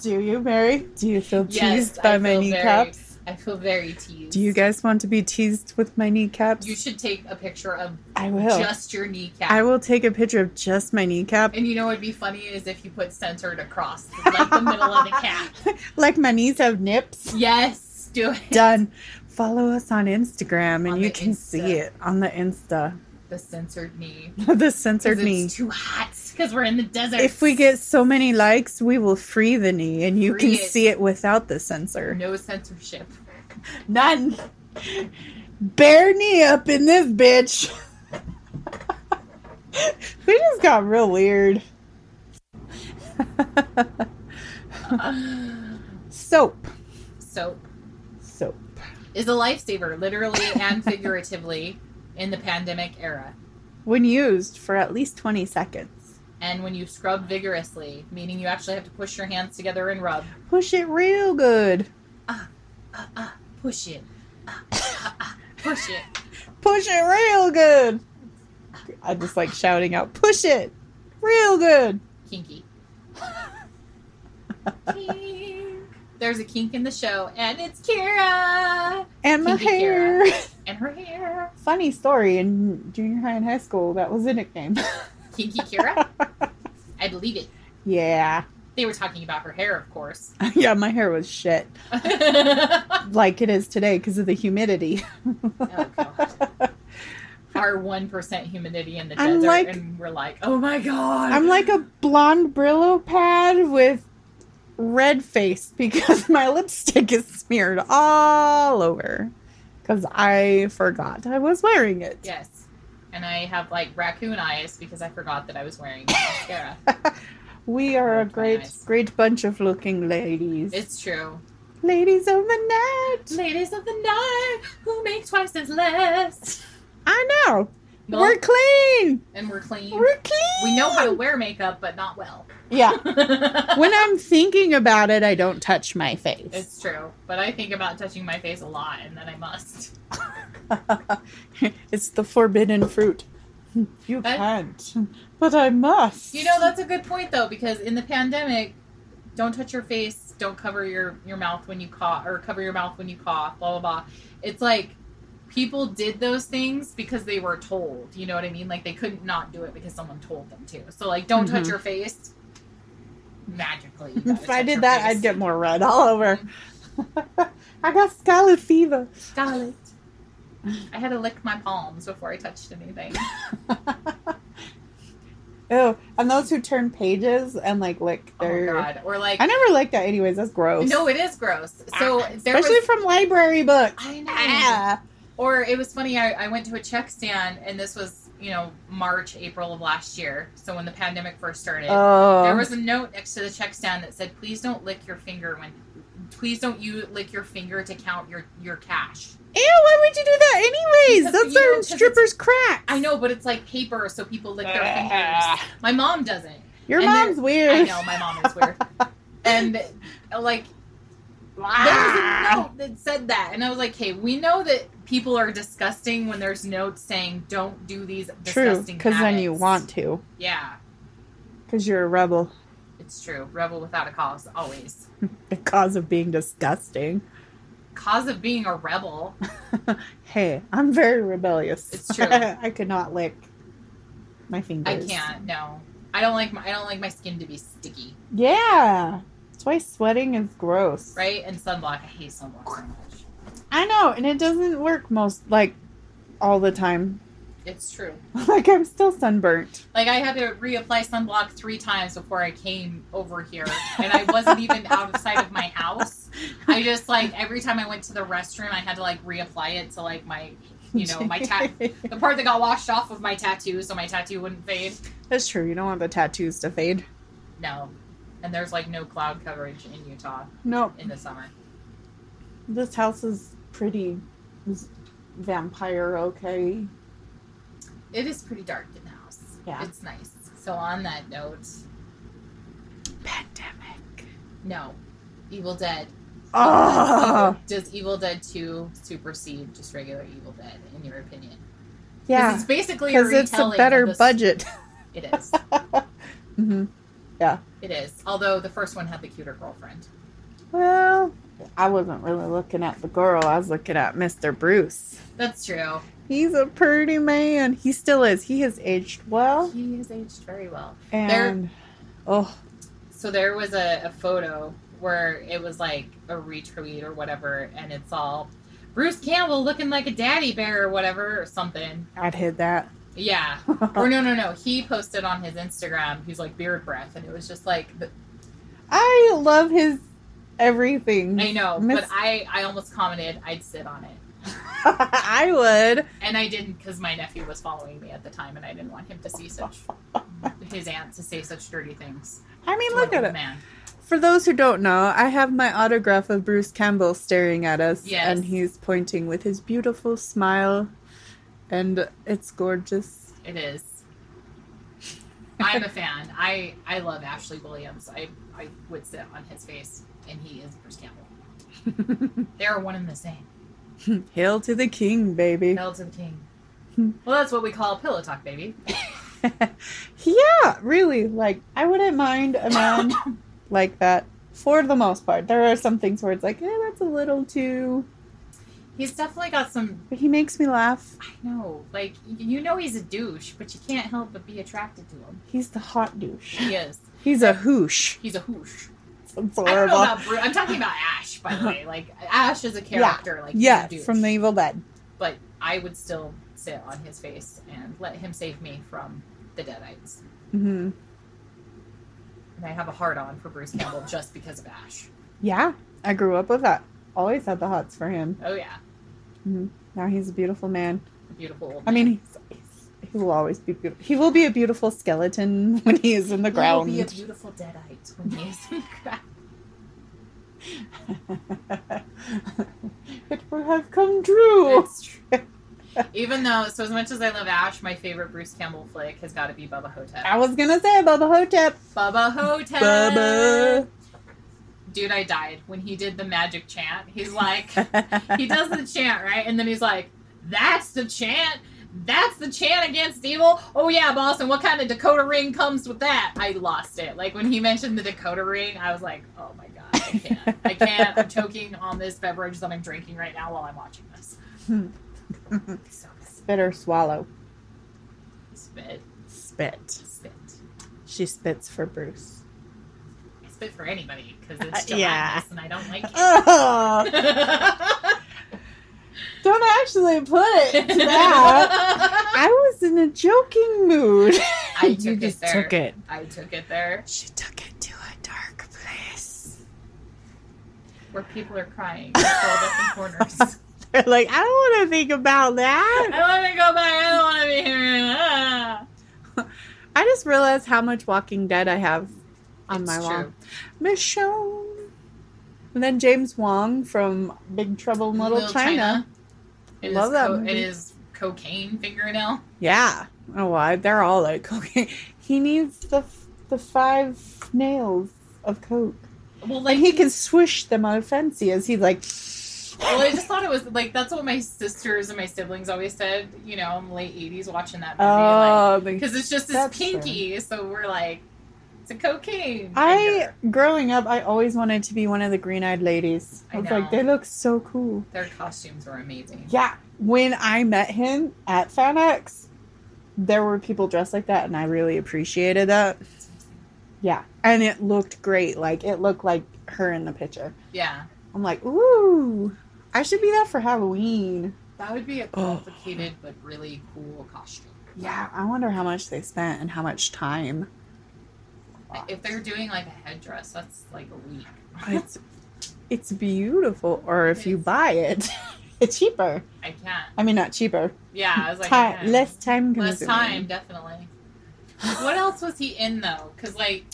Do you, Mary? Do you feel teased by my kneecaps? Very, I feel very teased. Do you guys want to be teased with my kneecaps? You should take a picture of I will. just your kneecap. I will take a picture of just my kneecap. And you know what'd be funny is if you put centered across like the middle of the cap. Like my knees have nips. Yes, do it. Done. Follow us on Instagram and On you the can see Insta. it on the Insta. The censored knee. the 'Cause censored knee. It's too hot because we're in the desert. If we get so many likes, we will free the knee and you Free can it. see it without the censor. no censorship, None. Bare knee up in this bitch. we just got real weird. Soap. soap Soap. is a lifesaver, literally and figuratively, in the pandemic era. When used for at least 20 seconds. and when you scrub vigorously, meaning you actually have to push your hands together and rub, Push it real good. uh, uh, push it, uh, uh, uh, push it. Push it real good. I just like shouting out, push it real good. Kinky. Kink. There's a kink in the show, and it's Kira And my Kinky hair. and her hair. Funny story in junior high and high school, that was a nickname. Kinky Kira? I believe it. yeah. They were talking about her hair, of course. Yeah, my hair was shit. oh, Like it is today because of the humidity. Oh, God. Our 1% humidity in the I'm desert, like- and we're like, oh my God. I'm like a blonde Brillo pad with red face because my lipstick is smeared all over because I forgot I was wearing it. Yes. And I have like raccoon eyes because I forgot that I was wearing mascara. We are a Very great, nice. great bunch of looking ladies. It's true. Ladies of the night. Ladies of the night who make twice as less. I know. No, We're clean. and we're clean. We're clean. we know how to wear makeup, but not well. Yeah. when I'm thinking about it, I don't touch my face. it's true, but I think about touching my face a lot, and then I must. it's the forbidden fruit. You That- can't, but I must. You know, that's a good point though, because in the pandemic, don't touch your face, don't cover your your mouth when you cough, or cover your mouth when you cough, blah blah blah. It's like people did those things because they were told. You know what I mean? Like they couldn't not do it because someone told them to. So like, don't touch Mhm. your face. Magically, you gotta if touch I your did that, face. I'd get more red all over. I got scarlet fever. Scarlet. I had to lick my palms before I touched anything. Oh, and those who turn pages and like lick Oh my their. god! Or like, I never liked that, anyways. That's gross. no, it is gross. So there especially was. from library books. I know. Ah. Or it was funny. I, I went to a check stand, and this was you know March, April of last year. So when the pandemic first started, Oh. there was a note next to the check stand that said, "Please don't lick your finger when, please don't you lick your finger to count your your cash." Ew! Why would you do that, anyways? Because, That's you know, our 'cause it's- strippers' crack. I know, but it's like paper, so people lick their Ah. fingers. My mom doesn't. Your And mom's weird. I know my mom is weird, and like There was a note that said that, and I was like, "Hey, we know that people are disgusting when there's notes saying don't do these True, disgusting." because then you habits." want to, Yeah, because you're a rebel. it's true. Rebel without a cause, always. The cause of being disgusting. Cause of being a rebel. Hey, I'm very rebellious. It's true. I could not lick my I fingers. can't. No, I don't like my I don't like my skin to be sticky, Yeah, that's why sweating is gross. right? And sunblock. I hate sunblock so much. I know, and it doesn't work most like all the time. It's true. like I'm still sunburnt. Like I had to reapply sunblock three times before I came over here, and I wasn't even out of sight of my house. I just like every time I went to the restroom, I had to like reapply it to like my, you know, my tat, the part that got washed off of my tattoo, so my tattoo wouldn't fade. That's true. You don't want the tattoos to fade. No, and there's like no cloud coverage in Utah Nope. in the summer. This house is pretty is vampire. Okay. It is pretty dark in the house. Yeah. it's nice. So on that note, Pandemic. no, Evil Dead. Oh. Does Evil Dead Two supersede just regular Evil Dead in your opinion? Because Yeah. it's basically because it's a retelling of better the s- budget. It is. hmm It is. Although the first one had the cuter girlfriend. Well, I wasn't really looking at the girl. I was looking at Mr. Bruce. That's true. He's a pretty man. He still is. He has aged well. He has aged very well. And oh, So there was a, a photo where it was like a retweet or whatever, and it's all Bruce Campbell looking like a daddy bear or whatever or something. I'd hit that. Yeah. or no, no, no. He posted on his Instagram. He's like beard breath, and it was just like the, I love his everything. I know, Miss- but I I almost commented I'd sit on it. I would. And I didn't because my nephew was following me at the time, and I didn't want him to see such his aunt to say such dirty things. I mean, to look an at old it. man. For those who don't know, I have my autograph of Bruce Campbell staring at us, Yes. and he's pointing with his beautiful smile, and it's gorgeous. It is. I'm a fan. I I love Ashley Williams. I I would sit on his face, and he is Bruce Campbell. they are one and the same. Hail to the king, baby. Hail to the king. Well, that's what we call pillow talk, baby. yeah, really. Like, I wouldn't mind a man like that for the most part. There are some things where it's like, eh, that's a little too. He's definitely got some. But he makes me laugh. I know, like y- you know, he's a douche, but you can't help but be attracted to him. He's the hot douche. He is. He's a hoosh. He's a hoosh. It's I don't know horrible. about Bruce. I'm talking about Ash, by the way. Like Ash is a character. Like he's Yeah, a douche. from the Evil Dead. but I would still sit on his face and let him save me from the Deadites. hmm And I have a hard on for Bruce Campbell just because of Ash. Yeah, I grew up with that. Always had the hots for him. Oh yeah, Now he's a beautiful man. a beautiful. Old I mean, he's, he's, he will always be beautiful. He will be a beautiful skeleton when he is in the man. He will ground. be a beautiful Deadite when he is in the ground. it will have come true. It's true. Even though, so as much as I love Ash, my favorite Bruce Campbell flick has got to be Bubba Hotep. I was gonna say Bubba Hotep. Bubba Hotep. Bubba. Dude, I died when he did the magic chant. He's like, he does the chant, right? And then he's like, that's the chant. That's the chant against evil. Oh yeah, boss. And what kind of Dakota ring comes with that? I lost it. Like when he mentioned the Dakota ring, I was like, oh my god, I can't. I can't. I'm choking on this beverage that I'm drinking right now while I'm watching this. So Spit or swallow. spit, Spit. spit, She spits for Bruce. I spit for anybody because it's gelatinous Yeah. and I don't like Ugh, it. don't actually put it to that. I was in a joking mood. I took you it just there. took it. I took it there She took it to a dark place. where people are crying, curled up in corners. They're like, I don't want to think about I that. want to go back. I don't want to be here. Ah. I just realized how much Walking Dead I have on It's my true. wall. Michonne. And then James Wong from Big Trouble in Little, China. It is Love that co- It movie. is cocaine fingernail. Yeah. Oh, I, they're all like cocaine. He needs the f- the five nails of coke, Well, like like he can swish them on a fancy as he's like. Well, I just thought it was like that's what my sisters and my siblings always said. You know, in the late '80s, watching that movie, like Oh, the- because it's just this That's pinky. So we're like, it's a cocaine. I finger. growing up, I always wanted to be one of the green-eyed ladies. I I was know. like, they look so cool. Their costumes were amazing. Yeah, when I met him at FanX, there were people dressed like that, and I really appreciated that. Yeah, and it looked great. Like it looked like her in the picture. Yeah, I'm like, ooh, I should be that for Halloween. that would be a Oh. complicated but really cool costume. Yeah, I wonder how much they spent and how much time. If they're doing like a headdress, that's like a week. It's it's beautiful, or if you Yes. buy it, it's cheaper. I can't. I mean, not cheaper. Yeah, I was like, I Ti- can't. less time consuming. Less time, definitely. What else was he in though? Because like,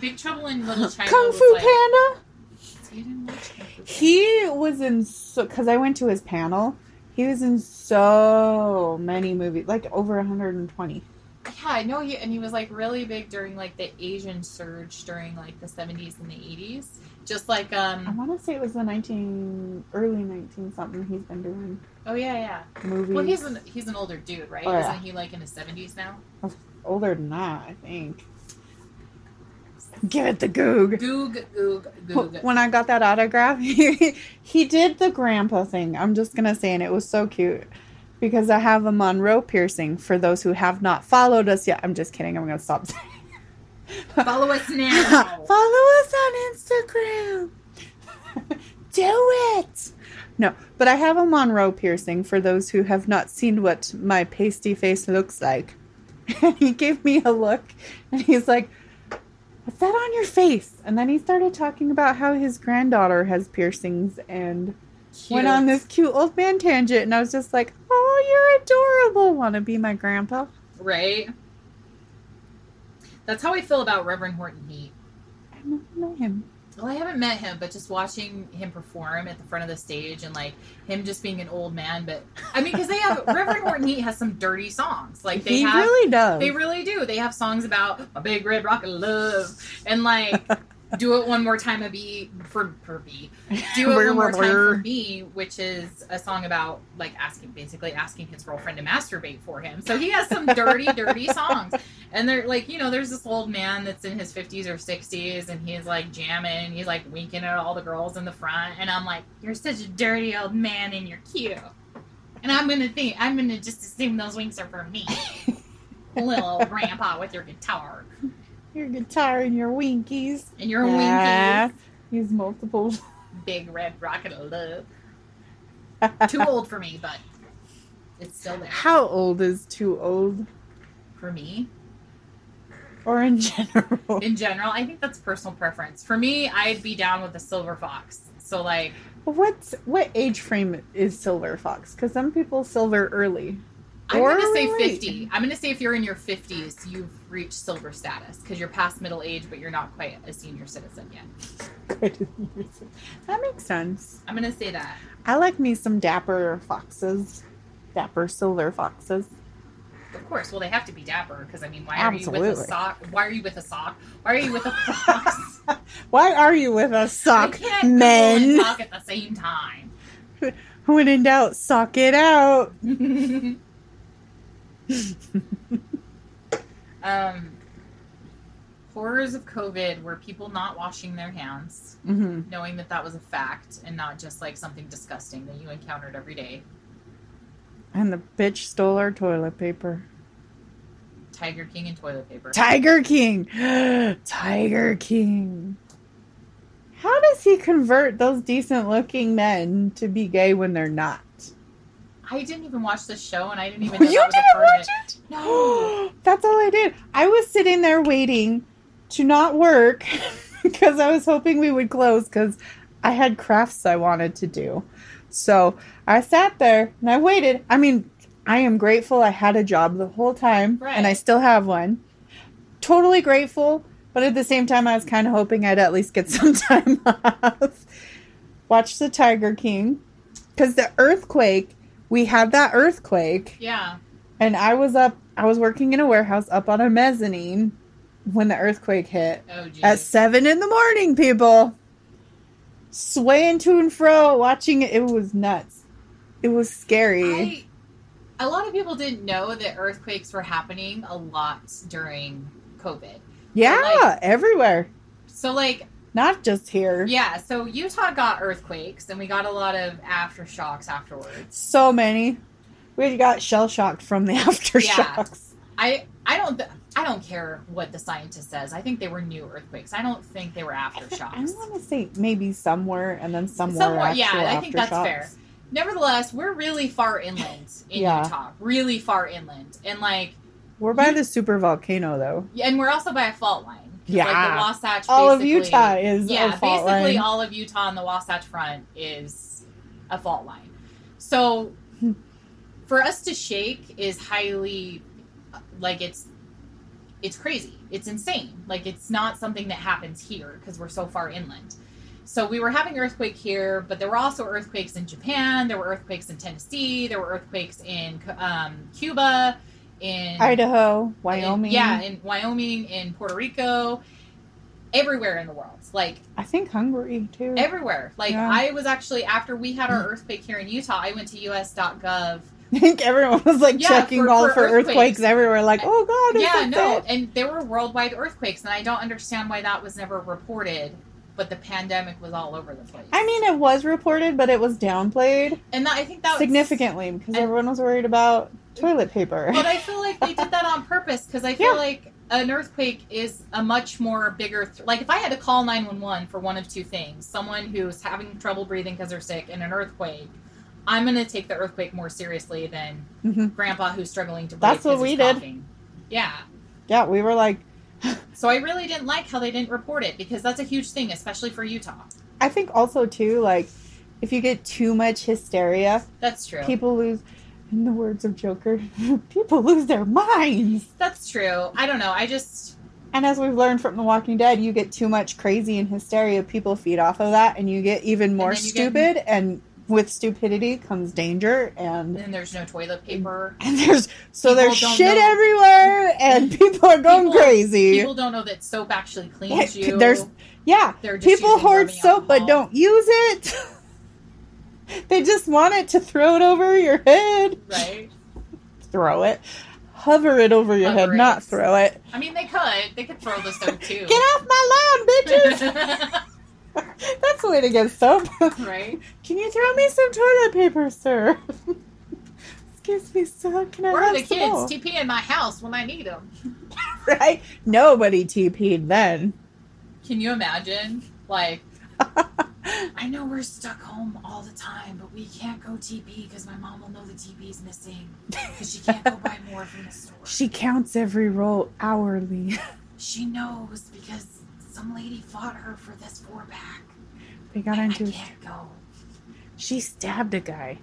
Big Trouble in Little China. Kung was, Fu like, Panda. See, I didn't watch Kung Fu Panda. He was in so because I went to his panel. He was in so many movies, like over 120. Yeah, I know he and he was like really big during like the Asian surge during like the 70s and the 80s. Just like I um want to say it was the 19 early 19 something. He's been doing oh yeah, yeah. movies. Well, he's an he's an older dude, right? Oh, yeah. Isn't he like in his 70s now? older than that, I think. Give it the goog. Goog goog goog. Oh, When I got that autograph, he, he did the grandpa thing. I'm just gonna say, and it was so cute because I have a Monroe piercing. For those who have not followed us yet, I'm just kidding. I'm gonna stop. saying- Follow us now. Follow us on Instagram. Do it. No, but I have a Monroe piercing for those who have not seen what my pasty face looks like. And he gave me a look and he's like, What's that on your face? And then he started talking about how his granddaughter has piercings and went on this cute old man tangent. And I was just like, Oh, you're adorable. Want to be my grandpa? right? That's how I feel about Reverend Horton Heat. I never know him. Well, I haven't met him, but just watching him perform at the front of the stage and like him just being an old man. But I mean, because they have Reverend Horton Heat has some dirty songs. Like they he have, really does. they really do. They have songs about a big red rock of love and like do it one more time a bee for for bee. Do it one more time for me, which is a song about like asking basically asking his girlfriend to masturbate for him. So he has some dirty, dirty songs. And they're like, you know, there's this old man that's in his fifties or sixties and he's like jamming, he's like winking at all the girls in the front, and I'm like, You're such a dirty old man and you're cute. And I'm gonna think I'm gonna just assume those winks are for me. Little grandpa with your guitar Your guitar and your winkies. and your Yeah. winkies. Use multiple. Big red rocket of love. too old for me, but it's still there How old is too old? for me. Or in general? In general, I think that's personal preference. For me, I'd be down with a silver fox. So like, What's what age frame is Silver Fox? Because some people silver early. I'm Or going to say relate. 50. I'm going to say if you're in your 50s, you've reached silver status because you're past middle age, but you're not quite a senior citizen yet. that makes sense. I'm going to say that. I like me some dapper foxes, dapper silver foxes. Of course. Well, they have to be dapper because I mean, why are you with Absolutely. a sock? Why are you with a sock? Why are you with a fox? Why are you with us, I sock can't Google men? and talk at the same time. When in doubt, sock it out. um, horrors of COVID were people not washing their hands, hmm knowing that that was a fact and not just like something disgusting that you encountered every day. And the bitch stole our toilet paper. Tiger King and toilet paper. Tiger King. Tiger King. How does he convert those decent looking men to be gay when they're not? I didn't even watch the show, and I didn't You even. Know that was didn't a part of watch it. it? No. That's all I did. I was sitting there waiting to not work because I was hoping we would close because I had crafts I wanted to do. So I sat there and I waited. I mean, I am grateful I had a job the whole time and I Right. still have one. Totally grateful, but at the same time, I was kind of hoping I'd at least get some time off. Watch the Tiger King because the earthquake, we had that earthquake. Yeah. And I was up, I was working in a warehouse up on a mezzanine when the earthquake hit Oh, geez. at seven in the morning, people. Swaying to and fro, watching it. It was nuts. It was scary. I, a lot of people didn't know that earthquakes were happening a lot during COVID. yeah, like- everywhere. So, like, Not just here. yeah, so Utah got earthquakes and we got a lot of aftershocks afterwards. So many. We got shell shocked from the aftershocks. I, I don't. Th- I don't care what the scientist says. I think they were new earthquakes. I don't think they were I aftershocks. want to say maybe somewhere and then somewhere. Somewhere, yeah, actual I think that's aftershocks. fair. Nevertheless, we're really far inland in Yeah. Utah. Really far inland, and like, We're by You- the super volcano, though. and we're also by a fault line. 'Cause, like Yeah. the Wasatch. All of basically- Utah is yeah, a fault basically line. all of Utah on the Wasatch Front is a fault line. So for us to shake is highly like it's it's crazy. It's insane. Like it's not something that happens here because we're so far inland. So we were having earthquake here, but there were also earthquakes in Japan. There were earthquakes in Tennessee. There were earthquakes in um, Cuba, in Idaho, in- Wyoming. yeah, in Wyoming, in Puerto Rico, everywhere in the world. Like I think Hungary too. everywhere. Like Mm. Yeah. I Mm. was actually after we had our earthquake here in Utah, I went to US.gov. I think everyone was like Yeah, checking for- all for for earthquakes. earthquakes. everywhere. Like, oh god, is Yeah, that no, it? and there were worldwide earthquakes, and I don't understand why that was never reported. But the pandemic was all over the place. I mean, it was reported, but it was downplayed and that, I think that was- significantly because and- everyone was worried about toilet paper. But I feel like they did that on purpose because I feel Yeah. like an earthquake is a much more bigger. Th- like if I had to call nine one one for one of two things, someone who's having trouble breathing because they're sick, and an earthquake, I'm gonna take the earthquake more seriously than Mhm. grandpa who's struggling to breathe. That's what 'cause he's we did. coughing. Yeah. Yeah, we were like, So I really didn't like how they didn't report it because that's a huge thing, especially for Utah. I think also too, like, if you get too much hysteria, That's true. people lose. In the words of Joker, people lose their minds. That's true. I don't know. I just And as we've learned from The Walking Dead, you get too much crazy and hysteria. People feed off of that, and you get even more then you get- stupid. And with stupidity comes danger, and then there's no toilet paper. and there's so People there's don't shit know. everywhere, and people are going People- crazy. People don't know that soap actually cleans Yeah, you. there's- yeah, They're just people using hoard rubbing soap but alcohol. don't use it. they just want it to throw it over your head. right. Throw it, hover it over your Hover head, it. not throw it. I mean, they could. They could throw the soap too. Get off my lawn, bitches! That's the way to get soap. right? Can you throw me some toilet paper, sir? Excuse me, sir. Can I Where have are the some kids more? TP in my house when I need them? right? Nobody TP'd then. Can you imagine? Like, I know we're stuck home all the time, but we can't go TP because my mom will know the TP's missing because she can't go buy more from the store. she counts every roll hourly. She knows because some lady fought her for this four pack. they got I, I into. can't go. She stabbed a guy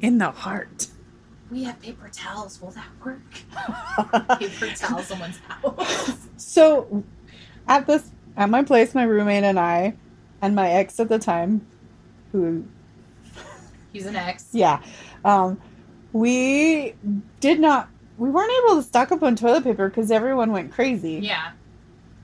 in the heart. we have paper towels. Will that work? paper towel someone's house. So, at this at my place, my roommate and I, and my ex at the time, who He's an ex. yeah, um, we did not we weren't able to stock up on toilet paper because everyone went crazy, Yeah.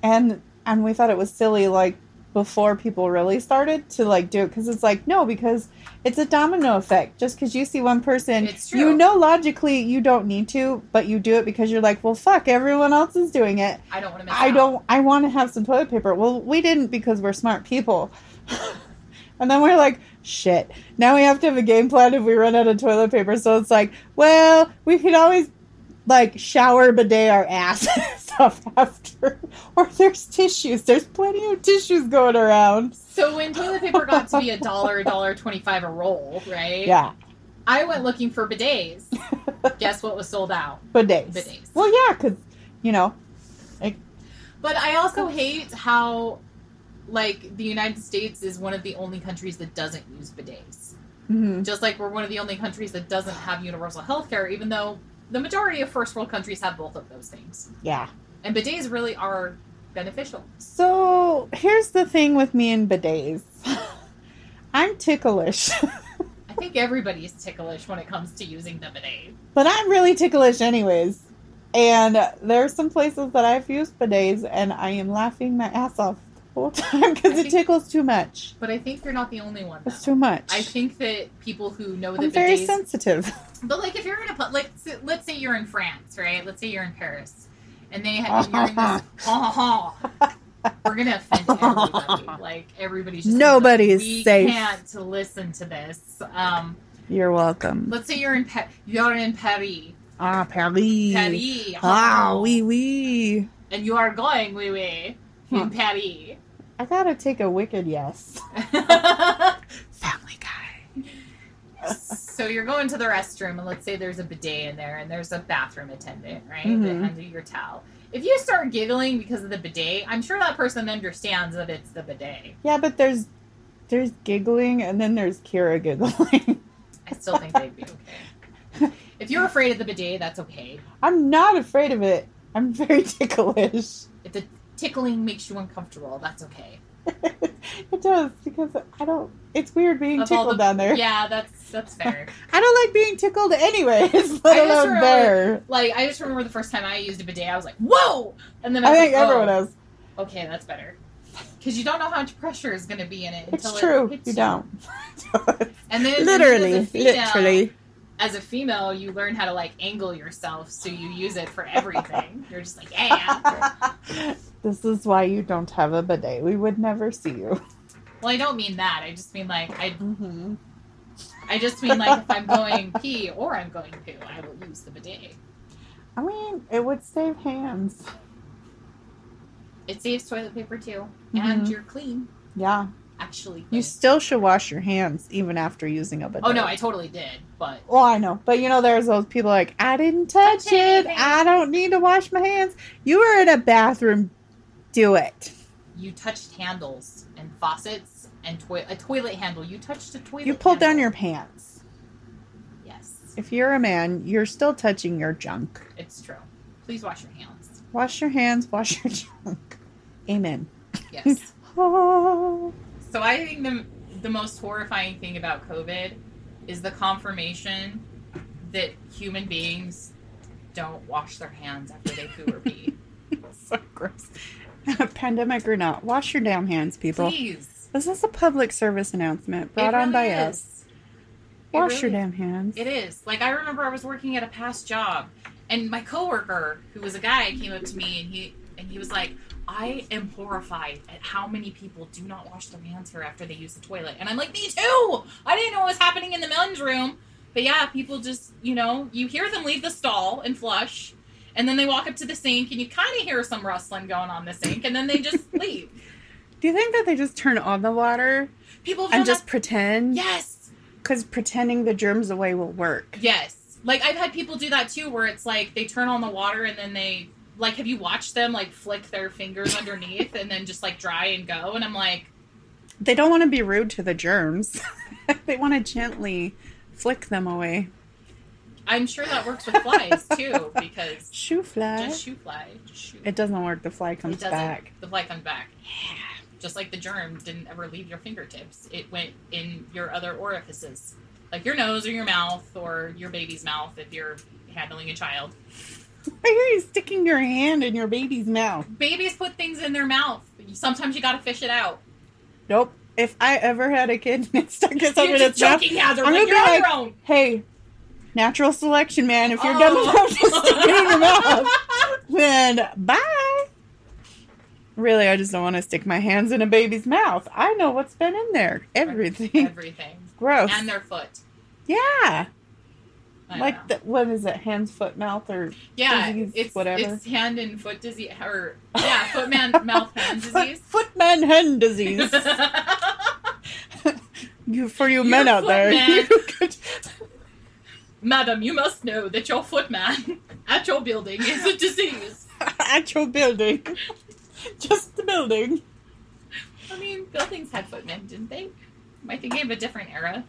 and and we thought it was silly like before people really started to like do it because it's like no because it's a domino effect just because you see one person It's true. you know logically you don't need to but you do it because you're like well fuck everyone else is doing it I don't want to miss I out. don't. I want to have some toilet paper. Well, we didn't because we're smart people. and then we're like, shit. Now we have to have a game plan if we run out of toilet paper. So it's like, well, we could always like shower bidet our ass and stuff after. Or there's tissues. There's plenty of tissues going around. So when toilet paper got to be a dollar, a dollar twenty-five a roll, right? Yeah, I went looking for bidets. Guess what was sold out? bidets. Bidets. Well, yeah, because you know, But I also hate how, like, the United States is one of the only countries that doesn't use bidets. mhm. Just like we're one of the only countries that doesn't have universal health care, even though the majority of first world countries have both of those things. yeah. And bidets really are beneficial. So here's the thing with me and bidets. I'm ticklish. I think everybody's ticklish when it comes to using the bidet. But I'm really ticklish, anyways. And there are some places that I've used bidets, and I am laughing my ass off the whole time because it tickles too much. But I think you're not the only one. It's though. too much. I think that people who know the I'm very bidets sensitive. But like, if you're in a pub, like, s- let's say you're in France, right? Let's say you're in Paris, and they have you're in this. We're gonna offend everybody. Like everybody's just gonna be Nobody like, is we safe." Can't to listen to this. Um, You're welcome. let's say you're in pa- you're in Paris, Ah, Paris. Paris. Ah, oui, oui. And you are going oui oui in Paris. I gotta take a wicked yes. Family guy. so you're going to the restroom, and let's say there's a bidet in there, and there's a bathroom attendant, right? Mhm. That hands you your towel. If you start giggling because of the bidet, I'm sure that person understands that it's the bidet. Yeah, but there's there's giggling, and then there's Kira giggling. I still think they'd be okay. If you're afraid of the bidet, that's okay. I'm not afraid of it. I'm very ticklish. If the tickling makes you uncomfortable, that's okay. it does because I don't. It's weird being Of all tickled the- down there. Yeah, that's that's fair. I don't like being tickled anyways. Let I just alone remember- there. Like I just remember the first time I used a bidet, I was like, "Whoa!" And then I I was think like, everyone oh, else. Okay, that's better. Because you don't know how much pressure is going to be in it. It's Until true. It hits you don't. And then literally, as a female, literally. As a female, you learn how to like angle yourself so you use it for everything. You're just like, yeah. this is why you don't have a bidet. We would never see you. Well, I don't mean that. I just mean like I. Mm-hmm. I just mean like if I'm going pee or I'm going poo, I will use the bidet. I mean, it would save hands. It saves toilet paper too, and Mhm. you're clean. Yeah, Actually, you clean. still should wash your hands even after using a bidet. oh no, I totally did, but Well, I know, but you know, there's those people like, I didn't touch Touch it. anything." I don't need to wash my hands. You were in a bathroom. Do it. you touched handles and faucets and toi- a toilet handle. You touched a toilet. You pulled down handle. your pants. Yes, If you're a man, you're still touching your junk. it's true. Please wash your hands. Wash your hands, wash your junk. Amen. Yes. Oh, So I think the the most horrifying thing about COVID is the confirmation that human beings don't wash their hands after they poo or pee. so gross. Pandemic or not, wash your damn hands, people. Please, This is a public service announcement brought It on by really us. is. It Wash your really- damn hands. It is. Like I remember, I was working at a past job, and my coworker, who was a guy, came up to me and he and he was like, "I am horrified at how many people do not wash their hands here after they use the toilet." And I'm like, "Me too. I didn't know what was happening in the men's room." But yeah, people just, you know, you hear them leave the stall and flush, and then they walk up to the sink, and you kind of hear some rustling going on the sink, and then they just leave. Do you think that they just turn on the water People have and done just that- pretend? yes. Because pretending the germs away will work. Yes. Like I've had people do that too where it's like they turn on the water and then they like have you watched them like flick their fingers underneath and then just like dry and go and I'm like They don't want to be rude to the germs. they want to gently flick them away. I'm sure that works with flies too, because Shoe fly. just shoe fly, just shoot. It doesn't work. The fly comes it doesn't. back. The fly comes back. Just like the germ didn't ever leave your fingertips, it went in your other orifices, like your nose or your mouth or your baby's mouth if you're handling a child. I hear you sticking your hand in your baby's mouth. Babies put things in their mouth. Sometimes you gotta fish it out. Nope. If I ever had a kid and it stuck You're its under just its mouth, joking, Heather. I'm but you're gonna be on like- your own. hey, natural selection, man. If you're dumb Oh. enough to stick it in your mouth, then bye. Really, I just don't want to stick my hands in a baby's mouth. I know what's been in there. Everything. Everything. Gross. And their foot. yeah. I know. Like, the, what is it? Hands, foot, mouth, or yeah, disease, it's whatever. It's hand and foot disease, or yeah, foot man mouth hand foot, disease. foot, man, hand disease. you, for you Your men out foot there. man. you could- Madam, you must know that your footman at your building is a disease. actual building. Just the building. I mean, buildings had footmen, didn't they? Am I thinking of a different era?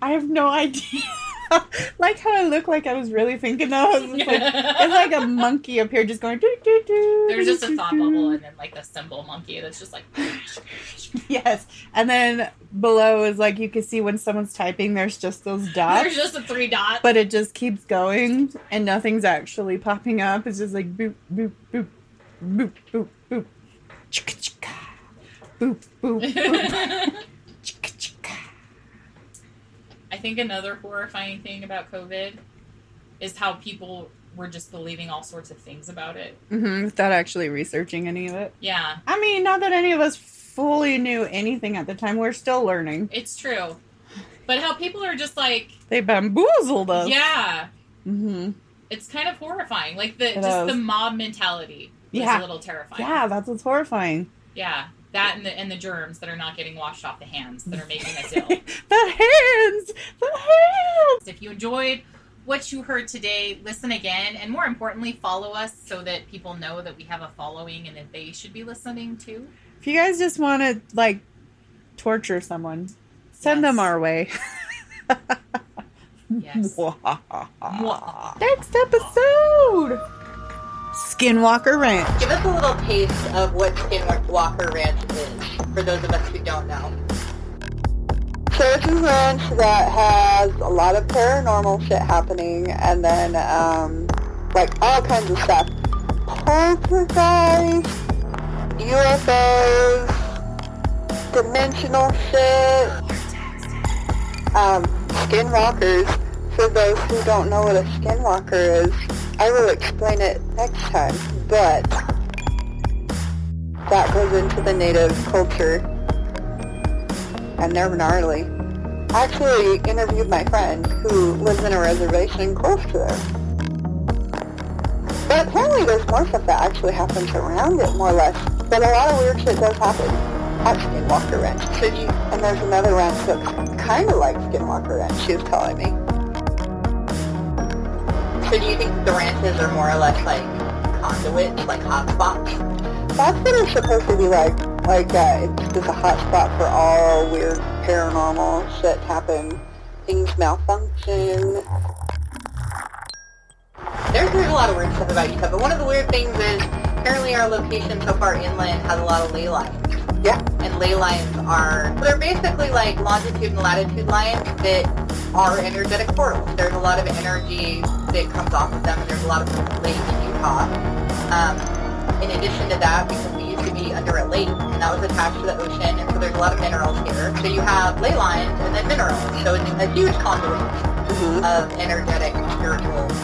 I have no idea. like how I look like I was really thinking that. I was just like, it's like a monkey up here just going doo doo doo. There's just a doo, thought doo. bubble and then like the symbol monkey that's just like Yes. And then below is like you can see when someone's typing there's just those there's dots. just a three dot. But it just keeps going and nothing's actually popping up. It's just like boop boop boop boop boop boop chicka chicka boop boop boop I chicka chicka. think another horrifying thing about COVID is how people were just believing all sorts of things about it. Mm-hmm, without actually researching any of it. Yeah, I mean, not that any of us fully knew anything at the time. We're still learning. it's true. But how people are just like, They bamboozled us. yeah, hmm it's kind of horrifying. Like the It just the is. mob mentality is Yeah. a little terrifying. Yeah, that's what's horrifying. Yeah. That and the and the germs that are not getting washed off the hands that are making us the ill. hands! The hands! If you enjoyed what you heard today, listen again and more importantly, follow us so that people know that we have a following and that they should be listening too. If you guys just want to, like, torture someone, send Yes. them our way. Yes. Mwah. Next episode! Skinwalker Ranch. Give us a little taste of what Skinwalker Ranch is, for those of us who don't know. So it's a ranch that has a lot of paranormal shit happening, and then, um, like, all kinds of stuff. Poltergeist, UFOs, dimensional shit, um, skinwalkers. For those who don't know what a skinwalker is, I will explain it next time, but that goes into the native culture. And they're gnarly. I actually interviewed my friend who lives in a reservation close to there. But apparently there's more stuff that actually happens around it, more or less. But a lot of weird shit does happen at Skinwalker Ranch. So you, and there's another ranch that's kind of like Skinwalker Ranch, she was telling me. So do you think the ranches are more or less like conduits, like hotspots? That's what it's supposed to be like. Like uh, it's just a hotspot for all weird paranormal shit happen. Things malfunction. There's, there's a lot of weird stuff about Utah, but one of the weird things is apparently our location so far inland has a lot of ley lines. Yeah. And ley lines are, they're basically like longitude and latitude lines that are energetic portals. There's a lot of energy that comes off of them, and there's a lot of lake in Utah. Um, in addition to that, because we used to be under a lake, and that was attached to the ocean, and so there's a lot of minerals here. So you have ley lines and then minerals, so it's a huge conduit of energetic, spiritual